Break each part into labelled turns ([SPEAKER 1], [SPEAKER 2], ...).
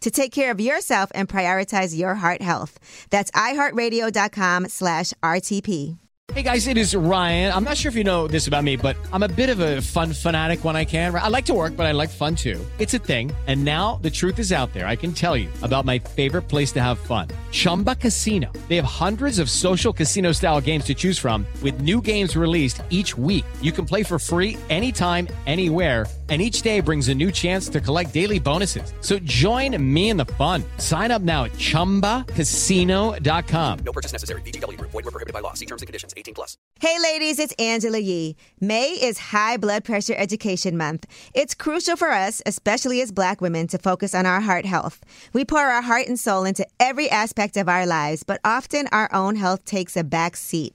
[SPEAKER 1] to take care of yourself and prioritize your heart health. That's iHeartRadio.com slash RTP.
[SPEAKER 2] Hey guys, it is Ryan. I'm not sure if you know this about me, but I'm a bit of a fun fanatic when I can. I like to work, but I like fun too. It's a thing. And now the truth is out there. I can tell you about my favorite place to have fun Chumba Casino. They have hundreds of social casino style games to choose from, with new games released each week. You can play for free anytime, anywhere and each day brings a new chance to collect daily bonuses. So join me in the fun. Sign up now at ChumbaCasino.com.
[SPEAKER 3] No purchase necessary. VGW Group. Void were prohibited by law. See terms and conditions. 18 plus.
[SPEAKER 1] Hey, ladies, it's Angela Yee. May is High Blood Pressure Education Month. It's crucial for us, especially as black women, to focus on our heart health. We pour our heart and soul into every aspect of our lives, but often our own health takes a back seat.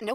[SPEAKER 4] No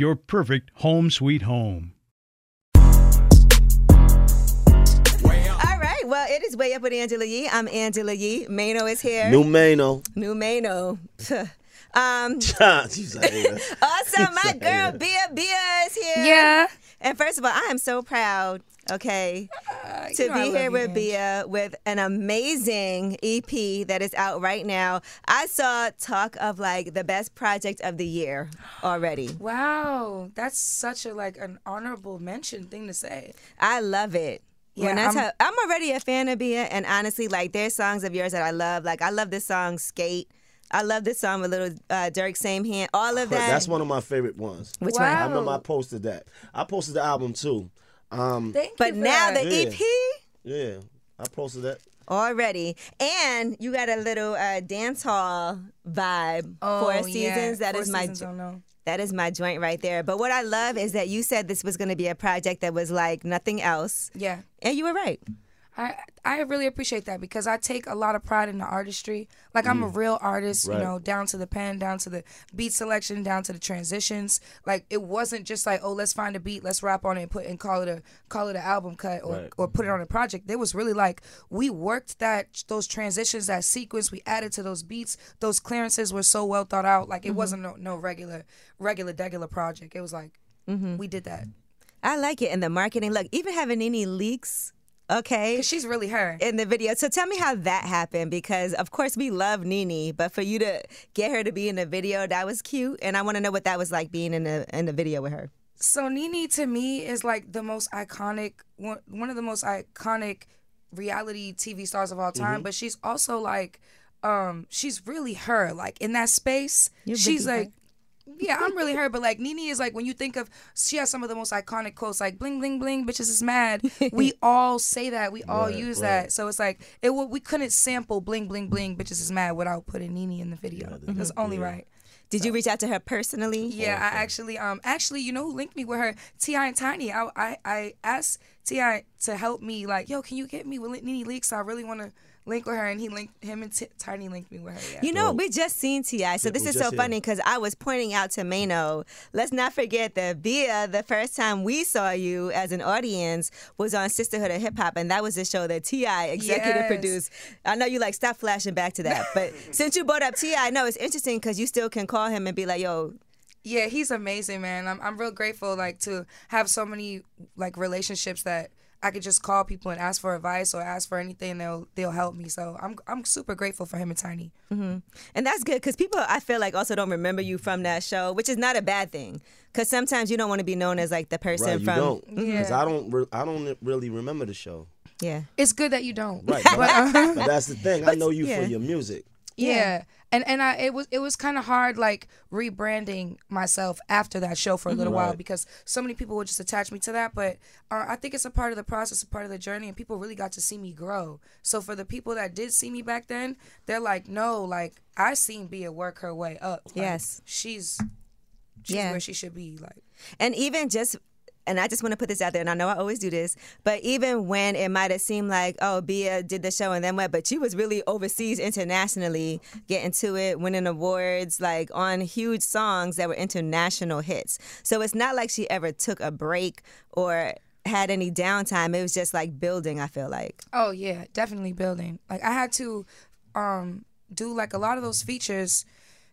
[SPEAKER 5] your perfect home sweet home.
[SPEAKER 1] All right, well, it is Way Up with Angela Yee. I'm Angela Yee. Mano is here.
[SPEAKER 6] New oh. Mano.
[SPEAKER 1] New Mano. um,
[SPEAKER 6] She's like, "Hey, that's
[SPEAKER 1] also, my girl Bia Bia is here.
[SPEAKER 7] Yeah.
[SPEAKER 1] And first of all, I am so proud, okay, to
[SPEAKER 7] Uh, you know I
[SPEAKER 1] be
[SPEAKER 7] love
[SPEAKER 1] here
[SPEAKER 7] you,
[SPEAKER 1] with
[SPEAKER 7] Ange.
[SPEAKER 1] Bia with an amazing EP that is out right now. I saw talk of like the best project of the year already.
[SPEAKER 7] Wow, that's such a like an honorable mention thing to say.
[SPEAKER 1] I love it.
[SPEAKER 7] Yeah,
[SPEAKER 1] when I
[SPEAKER 7] I'm-
[SPEAKER 1] tell, I'm already a fan of Bia, and honestly, like there's songs of yours that I love. Like I love this song "Skate." I love this song with little uh, Dirk, same hand. All of
[SPEAKER 6] cra-
[SPEAKER 1] that.
[SPEAKER 6] That's one of my favorite ones.
[SPEAKER 1] Which
[SPEAKER 7] wow.
[SPEAKER 6] I remember I posted that. I posted the album too. Um,
[SPEAKER 7] Thank you.
[SPEAKER 1] But
[SPEAKER 7] for
[SPEAKER 1] now
[SPEAKER 7] that.
[SPEAKER 1] the E
[SPEAKER 6] Yeah.
[SPEAKER 1] EP.
[SPEAKER 6] yeah, I posted that.
[SPEAKER 1] already. And you got a little uh, dance hall vibe.
[SPEAKER 7] oh,
[SPEAKER 1] Four
[SPEAKER 7] yeah.
[SPEAKER 1] seasons. That
[SPEAKER 7] Four
[SPEAKER 1] is my
[SPEAKER 7] Seasons,
[SPEAKER 1] jo-
[SPEAKER 7] oh, no.
[SPEAKER 1] that is my joint right there. But what I love is that you said this was going to be a project that was like nothing else,
[SPEAKER 7] Yeah,
[SPEAKER 1] and you were right.
[SPEAKER 7] I I really appreciate that because I take a lot of pride in the artistry. Like I'm a real artist, you know, down to the pen, down to the beat selection, down to the transitions. Like it wasn't just like, oh, let's find a beat, let's rap on it and put and call it a call it an album cut or, or put it on a project. It was really like we worked that those transitions, that sequence, we added to those beats. Those clearances were so well thought out. Like it wasn't no, no regular regular degular project. It was like we did that
[SPEAKER 1] I like it. And the marketing, look, even having any leaks, okay,
[SPEAKER 7] because she's really her.
[SPEAKER 1] in the video. So tell me how that happened because, of course, we love Nene, but for you to get her to be in the video, that was cute. And I want to know what that was like being in the in the video with her.
[SPEAKER 7] So Nene to me is like the most iconic one, one of the most iconic reality TV stars of all time, but she's also like um she's really her like in that space. she's like yeah, I'm really her, but like Nene is like when you think of she has some of the most iconic quotes like bling bling bling bitches is mad. We all say that, we all use that. So it's like it wa- we couldn't sample bling bling bling bitches is mad without putting Nene in the video. That's only right.
[SPEAKER 1] Did you reach out to her personally?
[SPEAKER 7] Uh, Yeah, I actually, um, actually, you know who linked me with her? Ti and Tiny. I, I, I asked Ti to help me. Like, yo, can you get me with Nene Leaks? I really want to link with her, and he linked him and T- Tiny linked me with her. Yeah.
[SPEAKER 1] You know, we just seen Ti, so this
[SPEAKER 6] we
[SPEAKER 1] is so
[SPEAKER 6] just- yeah.
[SPEAKER 1] funny because I was pointing out to Mano. Let's not forget that Via, the first time we saw you as an audience, was on Sisterhood of Hip Hop, and that was the show that Ti executive
[SPEAKER 7] Yes.
[SPEAKER 1] produced. I know you like stop flashing back to that, but since you brought up Ti, I know it's interesting because you still can call him and be like, "Yo,
[SPEAKER 7] Yeah, he's amazing, man. I'm, I'm real grateful, like, to have so many like relationships that I could just call people and ask for advice or ask for anything. They'll, they'll help me. So I'm, I'm super grateful for him and Tiny.
[SPEAKER 1] And that's good because people, I feel like, also don't remember you from that show, which is not a bad thing. Because sometimes you don't want to be known as like the person
[SPEAKER 6] Right, you
[SPEAKER 1] from.
[SPEAKER 6] don't, because I don't, re- I don't really remember the show.
[SPEAKER 1] Yeah.
[SPEAKER 7] It's good that you don't.
[SPEAKER 6] Right, but,
[SPEAKER 7] Uh-huh.
[SPEAKER 6] but that's the thing. I know you
[SPEAKER 1] yeah.
[SPEAKER 6] for your music.
[SPEAKER 7] Yeah. And and I it was it was kind of hard like rebranding myself after that show for a little while because so many people would just attach me to that. But uh, I think it's a part of the process, a part of the journey, and people really got to see me grow. So for the people that did see me back then, they're like, no, like I seen Bia work her way up. Like,
[SPEAKER 1] Yes.
[SPEAKER 7] she's she's
[SPEAKER 1] Yeah.
[SPEAKER 7] where she should be. Like
[SPEAKER 1] And even just, and I just want to put this out there, and I know I always do this, but even when it might have seemed like, oh, Bia did the show and then what, but she was really overseas internationally, getting to it, winning awards, like on huge songs that were international hits. So it's not like she ever took a break or had any downtime. It was just like building, I feel like.
[SPEAKER 7] Oh yeah, definitely building. Like I had to um do like a lot of those features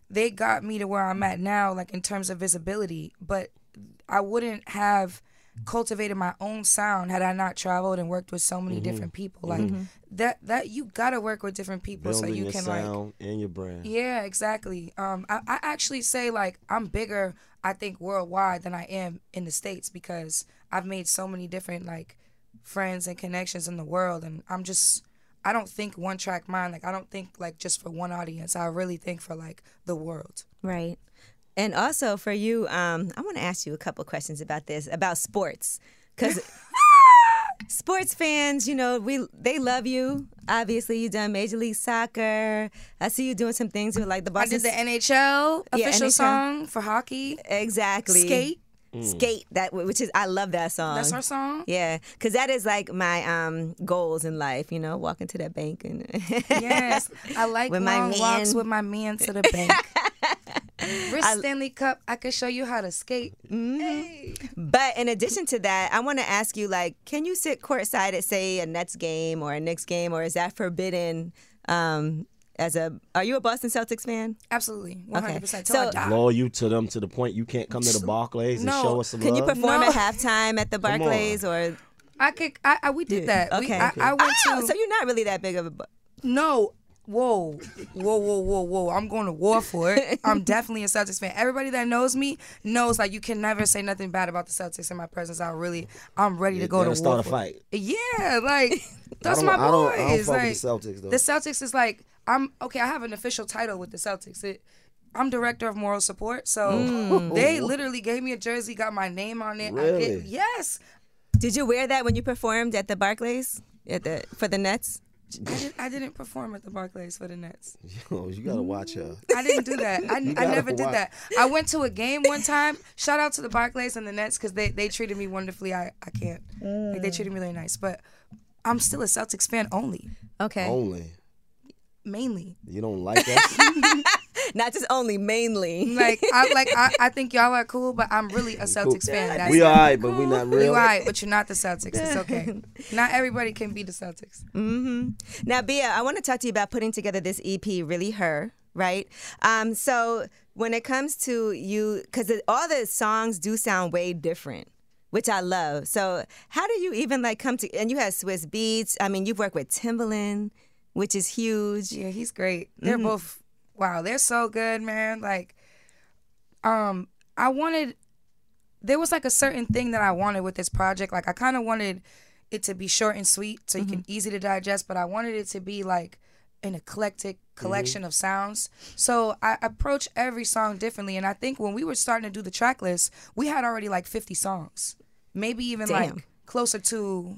[SPEAKER 7] they got me to where I'm at now like in terms of visibility, but I wouldn't have cultivated my own sound had I not traveled and worked with so many
[SPEAKER 6] Mm-hmm.
[SPEAKER 7] different people. Like that that you got to work with different people
[SPEAKER 6] Building
[SPEAKER 7] so you
[SPEAKER 6] your
[SPEAKER 7] can like
[SPEAKER 6] sound and your brand.
[SPEAKER 7] yeah, exactly. Um, I, I actually say like I'm bigger, I think worldwide than I am in the states because I've made so many different like friends and connections in the world, and I'm just I don't think one track mind. Like I don't think like just for one audience. I really think for like the world.
[SPEAKER 1] Right. And also for you, um, I want to ask you a couple questions about this, about sports. Because sports fans, you know, we they love you. Obviously, you've done Major League Soccer. I see you doing some things with like the
[SPEAKER 7] I
[SPEAKER 1] Boston.
[SPEAKER 7] did the NHL
[SPEAKER 1] Yeah,
[SPEAKER 7] official
[SPEAKER 1] NHL.
[SPEAKER 7] song for hockey.
[SPEAKER 1] exactly.
[SPEAKER 7] Skate.
[SPEAKER 1] Skate, that which is, I love that song.
[SPEAKER 7] That's our song.
[SPEAKER 1] Yeah, because that is like my um, goals in life, you know, walking to that bank and.
[SPEAKER 7] Yes, I like
[SPEAKER 1] With my
[SPEAKER 7] long walks
[SPEAKER 1] man.
[SPEAKER 7] with my man to the bank. Wrist Stanley Cup. I can show you how to skate.
[SPEAKER 1] But in addition to that, I want to ask you, like, can you sit courtside at say a Nets game or a Knicks game, or is that forbidden? Um, as a, are you a Boston Celtics fan?
[SPEAKER 7] Absolutely, one hundred percent.
[SPEAKER 1] So-
[SPEAKER 7] Till I die.
[SPEAKER 6] Loyal you to them to the point you can't come to the Barclays and
[SPEAKER 7] No.
[SPEAKER 6] show us some
[SPEAKER 1] Can
[SPEAKER 6] love.
[SPEAKER 1] you perform
[SPEAKER 7] No.
[SPEAKER 1] at halftime at the
[SPEAKER 6] on.
[SPEAKER 1] Barclays or?
[SPEAKER 7] I could. I, I we did that. We,
[SPEAKER 1] Okay.
[SPEAKER 7] I, I went
[SPEAKER 1] Oh,
[SPEAKER 7] to.
[SPEAKER 1] so you're not really that big of a. bu-
[SPEAKER 7] no. Whoa, whoa, whoa, whoa, whoa! I'm going to war for it. I'm definitely a Celtics fan. Everybody that knows me knows like you can never say nothing bad about the Celtics in my presence. I really, I'm ready to go
[SPEAKER 6] Let
[SPEAKER 7] to war.
[SPEAKER 6] them start a
[SPEAKER 7] for it.
[SPEAKER 6] fight.
[SPEAKER 7] Yeah, like that's
[SPEAKER 6] don't-
[SPEAKER 7] my
[SPEAKER 6] I don't-
[SPEAKER 7] boys.
[SPEAKER 6] I don't fuck
[SPEAKER 7] like,
[SPEAKER 6] with the Celtics, though.
[SPEAKER 7] The Celtics is like I'm okay. I have an official title with the Celtics. It, I'm director of moral support, so they literally gave me a jersey, got my name on
[SPEAKER 6] Mm.
[SPEAKER 7] it. I
[SPEAKER 6] Oh. Really?
[SPEAKER 7] get, yes,
[SPEAKER 1] Did you wear that when you performed at the Barclays at the for the Nets?
[SPEAKER 7] I, did, I didn't perform at the Barclays for the Nets.
[SPEAKER 6] Yo, you gotta watch her.
[SPEAKER 7] I didn't do that. I, I
[SPEAKER 6] gotta
[SPEAKER 7] never did
[SPEAKER 6] watch.
[SPEAKER 7] that. I went to a game one time. Shout out to the Barclays and the Nets because they, they treated me wonderfully. I, I can't. Like, they treated me really nice. But I'm still a Celtics fan only,
[SPEAKER 1] Okay.
[SPEAKER 6] Only.
[SPEAKER 7] mainly.
[SPEAKER 6] You don't like us?
[SPEAKER 1] Not just only, mainly.
[SPEAKER 7] Like I like I, I think y'all are cool, but I'm really a Celtics fan. That's
[SPEAKER 6] we all right, but we not
[SPEAKER 7] You
[SPEAKER 6] real.
[SPEAKER 7] alright, but you're not the Celtics. It's okay. Not everybody can be the Celtics.
[SPEAKER 1] Mm-hmm. Now, Bia, I want to talk to you about putting together this EP, Really Her, right? Um, so, when it comes to you, because all the songs do sound way different, which I love. So, how do you even like come to, and you have Swiss Beats. I mean, you've worked with Timbaland, which is huge.
[SPEAKER 7] Yeah, he's great. They're both wow, they're so good, man. Like um I wanted there was like a certain thing that I wanted with this project. Like I kind of wanted it to be short and sweet so you can easy to digest, but I wanted it to be like an eclectic collection of sounds. So I approach every song differently and I think when we were starting to do the track list, we had already like 50 songs. Maybe even
[SPEAKER 1] Damn.
[SPEAKER 7] like closer to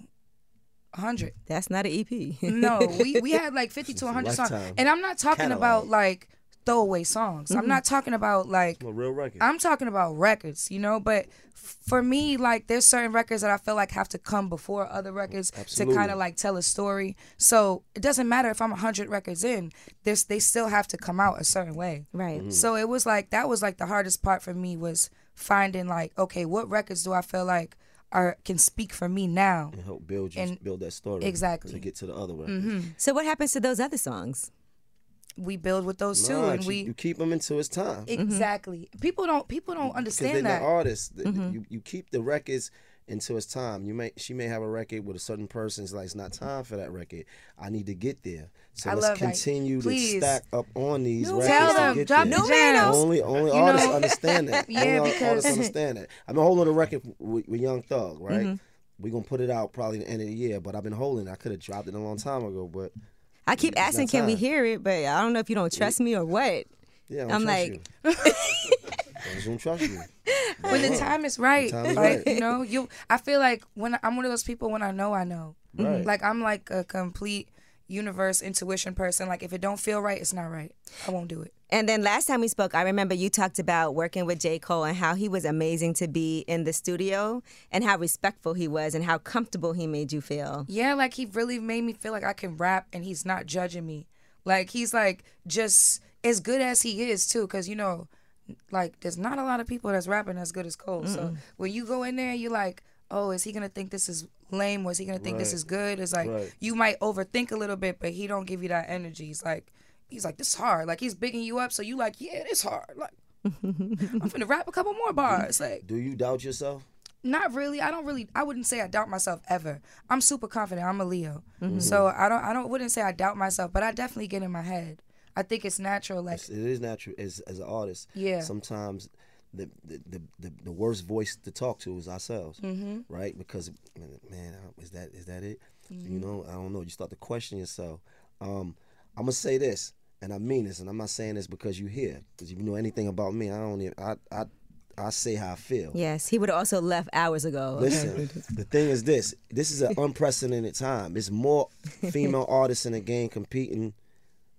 [SPEAKER 7] 100.
[SPEAKER 1] That's not E an EP.
[SPEAKER 7] No, we, we had like 50 to 100 songs.
[SPEAKER 6] lifetime
[SPEAKER 7] And I'm not talking
[SPEAKER 6] catalog.
[SPEAKER 7] about like throwaway songs. I'm not talking about like,
[SPEAKER 6] I'm a real record.
[SPEAKER 7] I'm talking about records, you know? But f- for me, like, there's certain records that I feel like have to come before other records to kind
[SPEAKER 6] Absolutely.
[SPEAKER 7] of like tell a story. So it doesn't matter if I'm 100 records in, there's, they still have to come out a certain way.
[SPEAKER 1] Right.
[SPEAKER 6] Mm-hmm.
[SPEAKER 7] So it was like that was like the hardest part for me was finding like okay what records do I feel like are can speak for me now
[SPEAKER 6] and help build you,
[SPEAKER 7] and-
[SPEAKER 6] build that story.
[SPEAKER 7] Exactly. Mm-hmm.
[SPEAKER 6] To get to the other one.
[SPEAKER 1] So, what happens to those other songs?
[SPEAKER 7] we build with those two
[SPEAKER 6] Nah,
[SPEAKER 7] and
[SPEAKER 6] you,
[SPEAKER 7] we
[SPEAKER 6] you keep them until it's time.
[SPEAKER 7] Exactly. People don't people don't
[SPEAKER 6] Mm-hmm. Because they're
[SPEAKER 7] understand
[SPEAKER 6] not
[SPEAKER 7] that. Mm-hmm.
[SPEAKER 6] artists. Th- th- You, you keep the records until it's time. You may she may have a record with a certain person. It's like it's not time for that record. I need to get there. So
[SPEAKER 7] I
[SPEAKER 6] let's
[SPEAKER 7] love that.
[SPEAKER 6] continue
[SPEAKER 7] Please.
[SPEAKER 6] to stack up on these
[SPEAKER 7] No,
[SPEAKER 6] records.
[SPEAKER 7] tell
[SPEAKER 6] to
[SPEAKER 7] them.
[SPEAKER 6] get
[SPEAKER 7] Drop
[SPEAKER 6] there.
[SPEAKER 7] the No jams.
[SPEAKER 6] Only only
[SPEAKER 7] You
[SPEAKER 6] artists
[SPEAKER 7] know?
[SPEAKER 6] understand that.
[SPEAKER 7] Yeah,
[SPEAKER 6] only ar-
[SPEAKER 7] because-
[SPEAKER 6] artists understand that. I've been holding a record with, with Young Thug, right?
[SPEAKER 7] Mm-hmm.
[SPEAKER 6] We're gonna put it out probably the end of the year, but I've been holding. it. I could have dropped it a long time ago, but
[SPEAKER 1] I keep
[SPEAKER 6] not
[SPEAKER 1] asking, can we
[SPEAKER 6] time.
[SPEAKER 1] hear it? But I don't know if you don't trust me or what.
[SPEAKER 6] yeah, I don't
[SPEAKER 1] I'm
[SPEAKER 6] trust
[SPEAKER 1] like-
[SPEAKER 6] you. I just don't trust you.
[SPEAKER 7] When the time is right,
[SPEAKER 6] time is
[SPEAKER 7] like
[SPEAKER 6] right.
[SPEAKER 7] you know, you. I feel like when I'm one of those people when I know I know. Mm-hmm.
[SPEAKER 6] Right.
[SPEAKER 7] Like I'm like a complete universe intuition person. Like if it don't feel right, it's not right. I won't do it.
[SPEAKER 1] And then last time we spoke, I remember you talked about working with J. Cole and how he was amazing to be in the studio and how respectful he was and how comfortable he made you feel.
[SPEAKER 7] Yeah, like he really made me feel like I can rap and he's not judging me. Like he's like just as good as he is too, because you know, like there's not a lot of people that's rapping as good as Cole. So when you go in there, you're like, oh, is he gonna think this is lame? Was he gonna think this is good? It's like
[SPEAKER 6] Right.
[SPEAKER 7] you might overthink a little bit, but he don't give you that energy. He's like, he's like this is hard. Like he's bigging you up, so you like, yeah, it's hard. Like I'm finna rap a couple more bars. Like
[SPEAKER 6] Do you doubt yourself?
[SPEAKER 7] not really. I don't really. I wouldn't say I doubt myself ever. I'm super confident. I'm a Leo,
[SPEAKER 6] Mm-hmm.
[SPEAKER 7] so I don't. I don't. Wouldn't say I doubt myself, but I definitely get in my head. I think it's natural. Like
[SPEAKER 6] It's- it is natural as as an artist.
[SPEAKER 7] Yeah.
[SPEAKER 6] Sometimes the the, the, the, the worst voice to talk to is ourselves, mm-hmm. right? Because man, man, I- is that is that it? You know, I don't know. You start to question yourself. Um, I'm gonna say this, and I mean this, and I'm not saying this because you hear, because if you know anything about me, I don't. Even, I I I say how I feel.
[SPEAKER 1] Yes, he would have also left hours ago.
[SPEAKER 6] Listen, the thing is this: this is an unprecedented time. It's more female artists in the game competing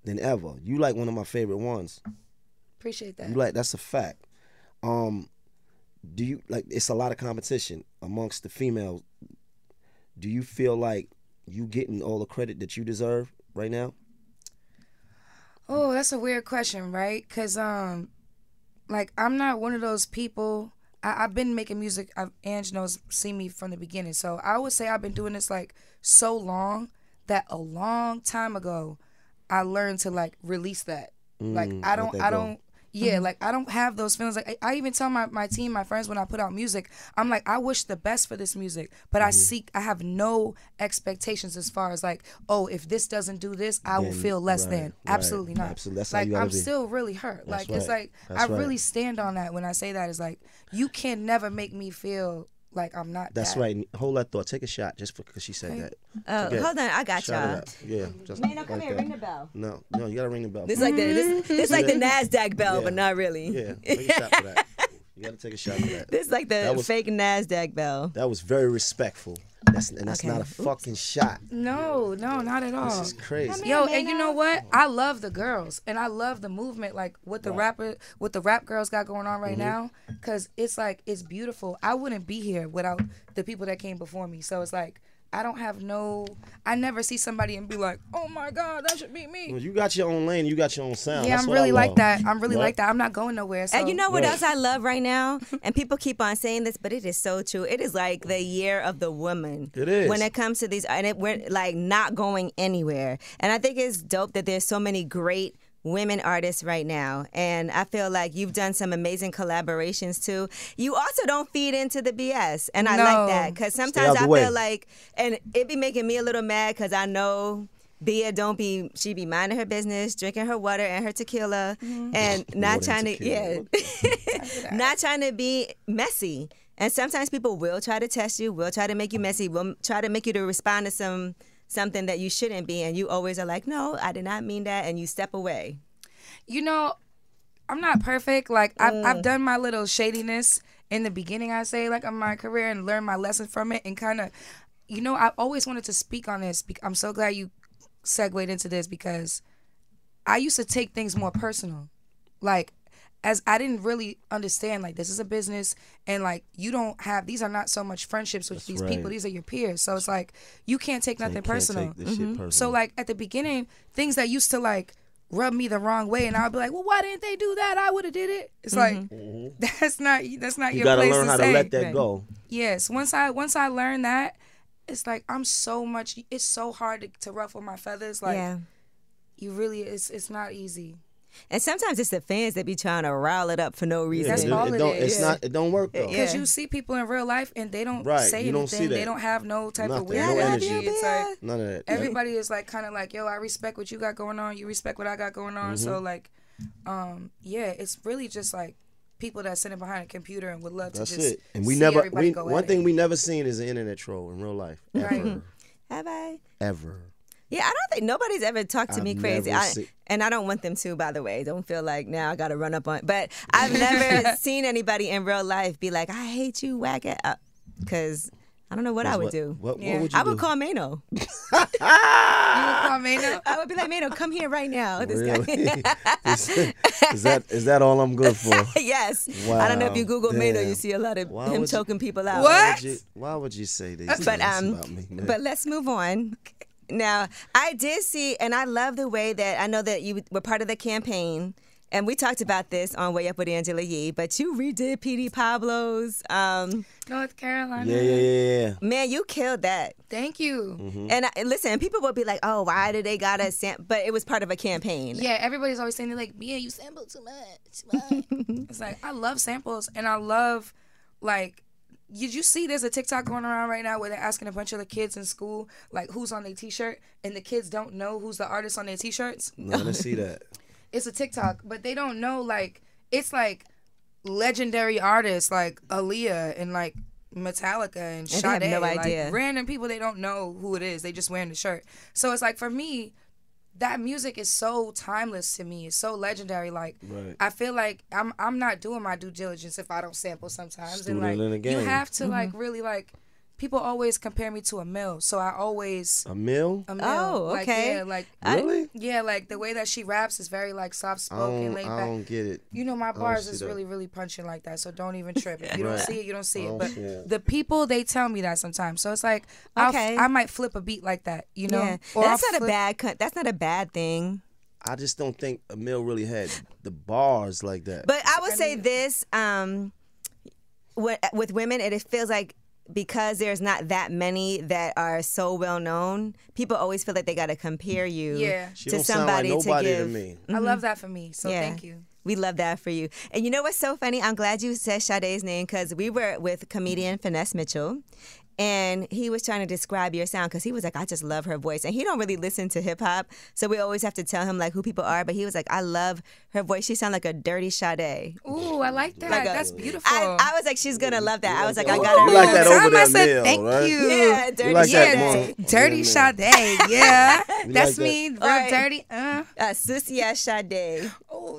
[SPEAKER 6] than ever. You like one of my favorite ones.
[SPEAKER 7] appreciate that.
[SPEAKER 6] You like that's a fact. Um, do you like? It's a lot of competition amongst the females. Do you feel like you getting all the credit that you deserve right now?
[SPEAKER 7] Oh, that's a weird question, right? Cause um, like I'm not one of those people. I, I've been making music. I've, Ange knows, seen me from the beginning, so I would say I've been doing this like so long that a long time ago, I learned to like release that. like I don't,
[SPEAKER 6] Mm, that
[SPEAKER 7] I
[SPEAKER 6] go.
[SPEAKER 7] don't. Yeah, like I don't have those feelings. Like I, I even tell my, my team, my friends, when I put out music, I'm like, I wish the best for this music, but
[SPEAKER 6] Mm-hmm.
[SPEAKER 7] I seek, I have no expectations as far as like, oh, if this doesn't do this, I will feel less
[SPEAKER 6] right,
[SPEAKER 7] than.
[SPEAKER 6] right.
[SPEAKER 7] Absolutely not.
[SPEAKER 6] Absolutely. That's how
[SPEAKER 7] like
[SPEAKER 6] you gotta
[SPEAKER 7] I'm
[SPEAKER 6] be.
[SPEAKER 7] still really hurt. like it's
[SPEAKER 6] right.
[SPEAKER 7] like
[SPEAKER 6] That's
[SPEAKER 7] I
[SPEAKER 6] right.
[SPEAKER 7] really stand on that when I say that. It's like you can never make me feel like I'm not.
[SPEAKER 6] That's
[SPEAKER 7] that.
[SPEAKER 6] right. Hold that thought. Take a shot just because she said that.
[SPEAKER 1] Oh,
[SPEAKER 6] Okay.
[SPEAKER 1] hold on, I got
[SPEAKER 6] Shout it
[SPEAKER 1] y'all.
[SPEAKER 6] out. Yeah. Just
[SPEAKER 1] Mano, come
[SPEAKER 6] like
[SPEAKER 1] here,
[SPEAKER 6] that.
[SPEAKER 1] ring the bell.
[SPEAKER 6] No, no, you gotta ring the bell.
[SPEAKER 1] This is like the this, this is like the Nasdaq bell, but not really.
[SPEAKER 6] yeah, take a shot for that. You gotta take a shot for that.
[SPEAKER 1] This is like the
[SPEAKER 6] That was-
[SPEAKER 1] fake Nasdaq bell.
[SPEAKER 6] That was very respectful. That's, and that's
[SPEAKER 1] Okay.
[SPEAKER 6] not a fucking shot.
[SPEAKER 7] No, no, not at all.
[SPEAKER 6] It's crazy.
[SPEAKER 7] Yo, and you know what? I love the girls, and I love the movement, like what the rapper, what the rap girls got going on right
[SPEAKER 6] Mm-hmm.
[SPEAKER 7] now, because it's like it's beautiful. I wouldn't be here without the people that came before me. So it's like I don't have no. I never see somebody and be like, oh my god, that should be me.
[SPEAKER 6] Well, you got your own lane. You got your own sound.
[SPEAKER 7] Yeah,
[SPEAKER 6] That's
[SPEAKER 7] I'm
[SPEAKER 6] what I
[SPEAKER 7] really like
[SPEAKER 6] love.
[SPEAKER 7] that. I'm really
[SPEAKER 6] Right?
[SPEAKER 7] like that. I'm not going nowhere. So
[SPEAKER 1] And you know what
[SPEAKER 6] Right.
[SPEAKER 1] else I love right now? And people keep on saying this, but it is so true. It is like the year of the woman.
[SPEAKER 6] It is.
[SPEAKER 1] When it comes to these, and it, we're like not going anywhere. And I think it's dope that there's so many great women artists right now. And I feel like you've done some amazing collaborations too. You also don't feed into the BS. And I
[SPEAKER 7] No.
[SPEAKER 1] like that because sometimes
[SPEAKER 6] out
[SPEAKER 1] I
[SPEAKER 6] the
[SPEAKER 1] feel
[SPEAKER 6] way.
[SPEAKER 1] like, and it be making me a little mad because I know. Bia don't be she be minding her business, drinking her water and her tequila,
[SPEAKER 7] Mm-hmm.
[SPEAKER 1] and not
[SPEAKER 6] Water and
[SPEAKER 1] trying to yeah,
[SPEAKER 6] tequila.
[SPEAKER 1] not trying to be messy. And sometimes people will try to test you, will try to make you messy, will try to make you to respond to some something that you shouldn't be, and you always are like, "No, I did not mean that," and you step away.
[SPEAKER 7] you know, I'm not perfect. Like I've I've done my little shadiness in the beginning. I say like of my career and learned my lesson from it and kind of, you know, I always wanted to speak on this. bec- I'm so glad you segued into this because I used to take things more personal, like. As I didn't really understand, like this is a business, and like you don't have these are not so much friendships with these people;
[SPEAKER 6] right.
[SPEAKER 7] these are your peers. So it's like you can't take nothing
[SPEAKER 6] You can't
[SPEAKER 7] personal.
[SPEAKER 6] take this shit personal.
[SPEAKER 1] Mm-hmm.
[SPEAKER 7] So like at the beginning, things that used to like rub me the wrong way, and I'll be like, "Well, why didn't they do that? I would have did it." It's like
[SPEAKER 1] Mm-hmm.
[SPEAKER 7] that's not that's not
[SPEAKER 6] Mm-hmm. you
[SPEAKER 7] your
[SPEAKER 6] gotta
[SPEAKER 7] place
[SPEAKER 6] learn
[SPEAKER 7] to
[SPEAKER 6] how
[SPEAKER 7] say.
[SPEAKER 6] to let that
[SPEAKER 1] Right.
[SPEAKER 6] go.
[SPEAKER 7] Yes, once I once I learned that, it's like I'm so much. It's so hard to, to ruffle my feathers. Like
[SPEAKER 1] yeah.
[SPEAKER 7] you really, it's it's not easy.
[SPEAKER 1] And sometimes it's the fans that be trying to rile it up for no reason.
[SPEAKER 7] That's
[SPEAKER 6] it,
[SPEAKER 7] all
[SPEAKER 6] it
[SPEAKER 7] it
[SPEAKER 6] don't,
[SPEAKER 7] is.
[SPEAKER 6] It's not. It don't work though.
[SPEAKER 1] Yeah.
[SPEAKER 7] Because you see people in real life and they don't
[SPEAKER 6] Right,
[SPEAKER 7] say
[SPEAKER 6] you
[SPEAKER 7] anything.
[SPEAKER 6] don't see
[SPEAKER 7] They
[SPEAKER 6] that.
[SPEAKER 7] don't have no type
[SPEAKER 6] Nothing,
[SPEAKER 7] of weird
[SPEAKER 6] no
[SPEAKER 7] energy.
[SPEAKER 6] energy.
[SPEAKER 7] It's like
[SPEAKER 6] None of that. Like,
[SPEAKER 7] everybody is like kind of like yo i respect what you got going on you respect what i got going on so
[SPEAKER 6] Mm-hmm.
[SPEAKER 7] like um yeah it's really just like people that sitting behind a computer and would love
[SPEAKER 6] That's
[SPEAKER 7] to just
[SPEAKER 6] it. And we
[SPEAKER 7] see
[SPEAKER 6] never.
[SPEAKER 7] everybody
[SPEAKER 6] We,
[SPEAKER 7] go
[SPEAKER 6] one
[SPEAKER 7] at
[SPEAKER 6] thing
[SPEAKER 7] it.
[SPEAKER 6] we never seen is an internet troll in real life. Ever.
[SPEAKER 7] Right.
[SPEAKER 1] Have I?
[SPEAKER 6] Ever.
[SPEAKER 1] Yeah, I don't think nobody's ever talked to me
[SPEAKER 6] I've
[SPEAKER 1] crazy.
[SPEAKER 6] never
[SPEAKER 1] I,
[SPEAKER 6] see-
[SPEAKER 1] and I don't want them to, by the way. Don't feel like now I got to run up on. But I've never seen anybody in real life be like, "I hate you, whack it," because I don't know what I would
[SPEAKER 6] What-
[SPEAKER 1] do.
[SPEAKER 6] What, what
[SPEAKER 7] Yeah.
[SPEAKER 6] would you
[SPEAKER 1] I would
[SPEAKER 6] do?
[SPEAKER 1] call Mano.
[SPEAKER 7] you would call me no?
[SPEAKER 1] I would be like, Mano, come here right now. This guy.
[SPEAKER 6] Really? is, is that is that all I'm good for?
[SPEAKER 1] yes. I don't know if you
[SPEAKER 6] Wow,
[SPEAKER 1] Google Mano, you
[SPEAKER 6] damn.
[SPEAKER 1] see a lot of
[SPEAKER 6] Why
[SPEAKER 1] him
[SPEAKER 6] would you-
[SPEAKER 1] choking people out.
[SPEAKER 6] Why
[SPEAKER 7] What?
[SPEAKER 6] would you, why would you say these things
[SPEAKER 1] but um,
[SPEAKER 6] about me? man?
[SPEAKER 1] but let's move on. Now, I did see, and I love the way that I know that you were part of the campaign, and we talked about this on Way Up with Angela Yee. But you redid PD Pablo's. Um,
[SPEAKER 7] north carolina
[SPEAKER 6] yeah, Mm-hmm. yeah, yeah, yeah.
[SPEAKER 1] man, you killed that.
[SPEAKER 7] thank you
[SPEAKER 1] And I, and listen, people would be like, "Oh, why did they got a sam-? But it was part of a campaign.
[SPEAKER 7] yeah everybody's always saying they're like yeah you sample too much Why?" it's like i love samples and i love like did you see there's a TikTok going around right now where they're asking a bunch of the kids in school like who's on their t-shirt and the kids don't know who's the artist on their t-shirts?
[SPEAKER 6] No, I didn't see that.
[SPEAKER 7] it's a TikTok, but they don't know like it's like legendary artists like Aaliyah and like Metallica and
[SPEAKER 1] they have
[SPEAKER 7] Sade,
[SPEAKER 1] no
[SPEAKER 7] like
[SPEAKER 1] idea.
[SPEAKER 7] random people they don't know who it is. They just wearing the shirt. So it's like for me, that music is so timeless to me. It's so legendary. Like I feel like I'm I'm not doing my due diligence if I don't sample sometimes.
[SPEAKER 6] Student
[SPEAKER 7] and
[SPEAKER 6] in the
[SPEAKER 7] like you
[SPEAKER 6] game.
[SPEAKER 7] have
[SPEAKER 1] Mm-hmm.
[SPEAKER 7] to like really like people always compare me to a mill, so I always
[SPEAKER 6] A meal?
[SPEAKER 7] a mill.
[SPEAKER 1] Oh,
[SPEAKER 7] Like,
[SPEAKER 1] okay.
[SPEAKER 7] yeah, like
[SPEAKER 6] Really?
[SPEAKER 7] yeah, like the way that she raps is very like soft
[SPEAKER 6] I
[SPEAKER 7] spoken,
[SPEAKER 6] don't,
[SPEAKER 7] laid
[SPEAKER 6] I
[SPEAKER 7] back.
[SPEAKER 6] don't get it.
[SPEAKER 7] You know my bars
[SPEAKER 6] see
[SPEAKER 7] is
[SPEAKER 6] that.
[SPEAKER 7] really, really punching like that, so don't even trip. If you don't
[SPEAKER 6] Right.
[SPEAKER 7] see it, you don't
[SPEAKER 6] I
[SPEAKER 7] see it.
[SPEAKER 6] don't
[SPEAKER 7] But
[SPEAKER 6] see it.
[SPEAKER 7] the people they tell me that sometimes, so it's like I'll f-
[SPEAKER 1] Okay.
[SPEAKER 7] I might flip a beat like that, you know.
[SPEAKER 1] Yeah.
[SPEAKER 7] Or
[SPEAKER 1] that's
[SPEAKER 7] I'll
[SPEAKER 1] not a
[SPEAKER 7] flip-
[SPEAKER 1] bad. co- That's not a bad thing.
[SPEAKER 6] I just don't think Emil really had the bars like that.
[SPEAKER 1] But I would say this: um, with, with women, it, it feels like because there's not that many that are so well known, people always feel like they got to compare you
[SPEAKER 7] Yeah.
[SPEAKER 6] she
[SPEAKER 1] to
[SPEAKER 6] don't sound like
[SPEAKER 1] somebody
[SPEAKER 6] nobody
[SPEAKER 1] to
[SPEAKER 6] to,
[SPEAKER 1] give.
[SPEAKER 6] me.
[SPEAKER 7] I love that for me. So
[SPEAKER 1] mm-hmm. Yeah.
[SPEAKER 7] thank you.
[SPEAKER 1] We love that for you. And you know what's so funny? I'm glad you said Sade's name because we were with comedian Finesse Mitchell. And he was trying to describe your sound because he was like, I just love her voice. And he don't really listen to hip hop. So we always have to tell him like who people are. But he was like, I love her voice. She sound like a dirty Sade.
[SPEAKER 7] Ooh, I like that.
[SPEAKER 1] a-
[SPEAKER 7] That's beautiful.
[SPEAKER 1] I, I was like, she's gonna love that. I was like, I
[SPEAKER 6] You
[SPEAKER 1] got her.
[SPEAKER 6] like that over
[SPEAKER 7] Time I
[SPEAKER 6] there,
[SPEAKER 7] said
[SPEAKER 6] Emil,
[SPEAKER 7] thank
[SPEAKER 6] right?
[SPEAKER 7] you.
[SPEAKER 1] Yeah, dirty.
[SPEAKER 6] like that
[SPEAKER 1] yeah,
[SPEAKER 6] more.
[SPEAKER 7] yeah,
[SPEAKER 6] Come on.
[SPEAKER 7] dirty Sade. Yeah, that's
[SPEAKER 6] that.
[SPEAKER 7] me. Real
[SPEAKER 1] Alright.
[SPEAKER 7] dirty. Uh.
[SPEAKER 1] Uh, sis, yeah, Sade.
[SPEAKER 7] Oh,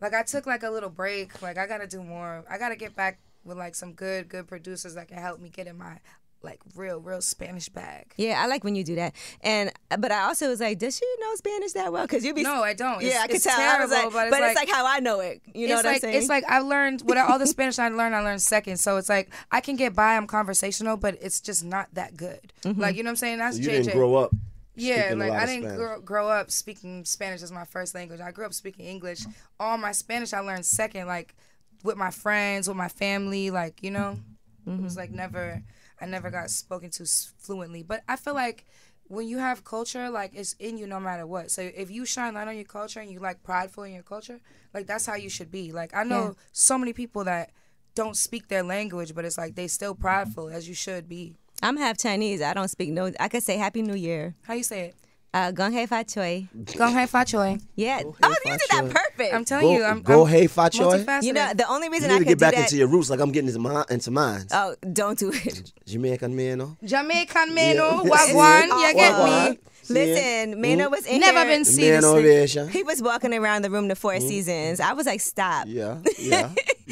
[SPEAKER 7] Like I took like a little break. Like I gotta do more. I gotta get back with like some good, good producers that can help me get in my like real, real Spanish bag.
[SPEAKER 1] Yeah, I like when you do that. And but I also was like, does she know Spanish that well? Because you be
[SPEAKER 7] No, I don't.
[SPEAKER 1] yeah,
[SPEAKER 7] It's-
[SPEAKER 1] I could
[SPEAKER 7] it's
[SPEAKER 1] tell. I was
[SPEAKER 7] terrible,
[SPEAKER 1] like,
[SPEAKER 7] but it's
[SPEAKER 1] it's
[SPEAKER 7] like-
[SPEAKER 1] like how I know it. You know
[SPEAKER 7] it's
[SPEAKER 1] what
[SPEAKER 7] like
[SPEAKER 1] I'm saying?
[SPEAKER 7] it's like I learned what all the Spanish I learned. I learned second, so it's like I can get by. I'm conversational, but it's just not that good.
[SPEAKER 1] Mm-hmm.
[SPEAKER 7] Like you know what I'm saying? That's
[SPEAKER 6] you
[SPEAKER 7] JJ.
[SPEAKER 6] didn't grow up.
[SPEAKER 7] Yeah,
[SPEAKER 6] speaking a
[SPEAKER 7] like
[SPEAKER 6] lot
[SPEAKER 7] I
[SPEAKER 6] of
[SPEAKER 7] didn't
[SPEAKER 6] Spanish.
[SPEAKER 7] grow, grow up speaking Spanish as my first language. I grew up speaking English. All my Spanish I learned second, like with my friends, with my family, like you know, it was like never. I never got spoken to s- fluently, but I feel like when you have culture, like it's in you no matter what. So if you shine light on your culture and you like prideful in your culture, like that's how you should be. Like I know so many people that don't speak their language, but it's like they still prideful as you should be.
[SPEAKER 1] I'm half Chinese. I don't speak no. I could say Happy New Year.
[SPEAKER 7] How you say it?
[SPEAKER 1] Uh, Gong Hei Fa Choi.
[SPEAKER 7] Gong hei fa choy.
[SPEAKER 1] Yeah. Oh, you did that perfect.
[SPEAKER 7] I'm telling
[SPEAKER 6] Go-
[SPEAKER 7] you, I'm
[SPEAKER 6] go
[SPEAKER 7] I'm
[SPEAKER 6] hey, Fa Choi.
[SPEAKER 7] multifaceted.
[SPEAKER 1] you know, the only
[SPEAKER 6] You
[SPEAKER 1] reason
[SPEAKER 6] need
[SPEAKER 1] I
[SPEAKER 6] to
[SPEAKER 1] could
[SPEAKER 6] get
[SPEAKER 1] do
[SPEAKER 6] back
[SPEAKER 1] that.
[SPEAKER 6] into your roots like I'm getting into, my, into mine.
[SPEAKER 1] oh, don't do it.
[SPEAKER 6] Jamaican man, no?
[SPEAKER 7] Jamaican
[SPEAKER 6] Yeah.
[SPEAKER 7] man, oh,
[SPEAKER 6] Yeah.
[SPEAKER 7] wagwan, you get
[SPEAKER 6] Wagwan.
[SPEAKER 7] me?
[SPEAKER 6] See it?
[SPEAKER 1] Listen, Mano was in
[SPEAKER 7] Never
[SPEAKER 1] here.
[SPEAKER 7] been seen
[SPEAKER 6] Man
[SPEAKER 7] this
[SPEAKER 6] ovation.
[SPEAKER 1] He was walking around the room the 4 seasons. I was like, stop.
[SPEAKER 6] Mm-hmm. Yeah,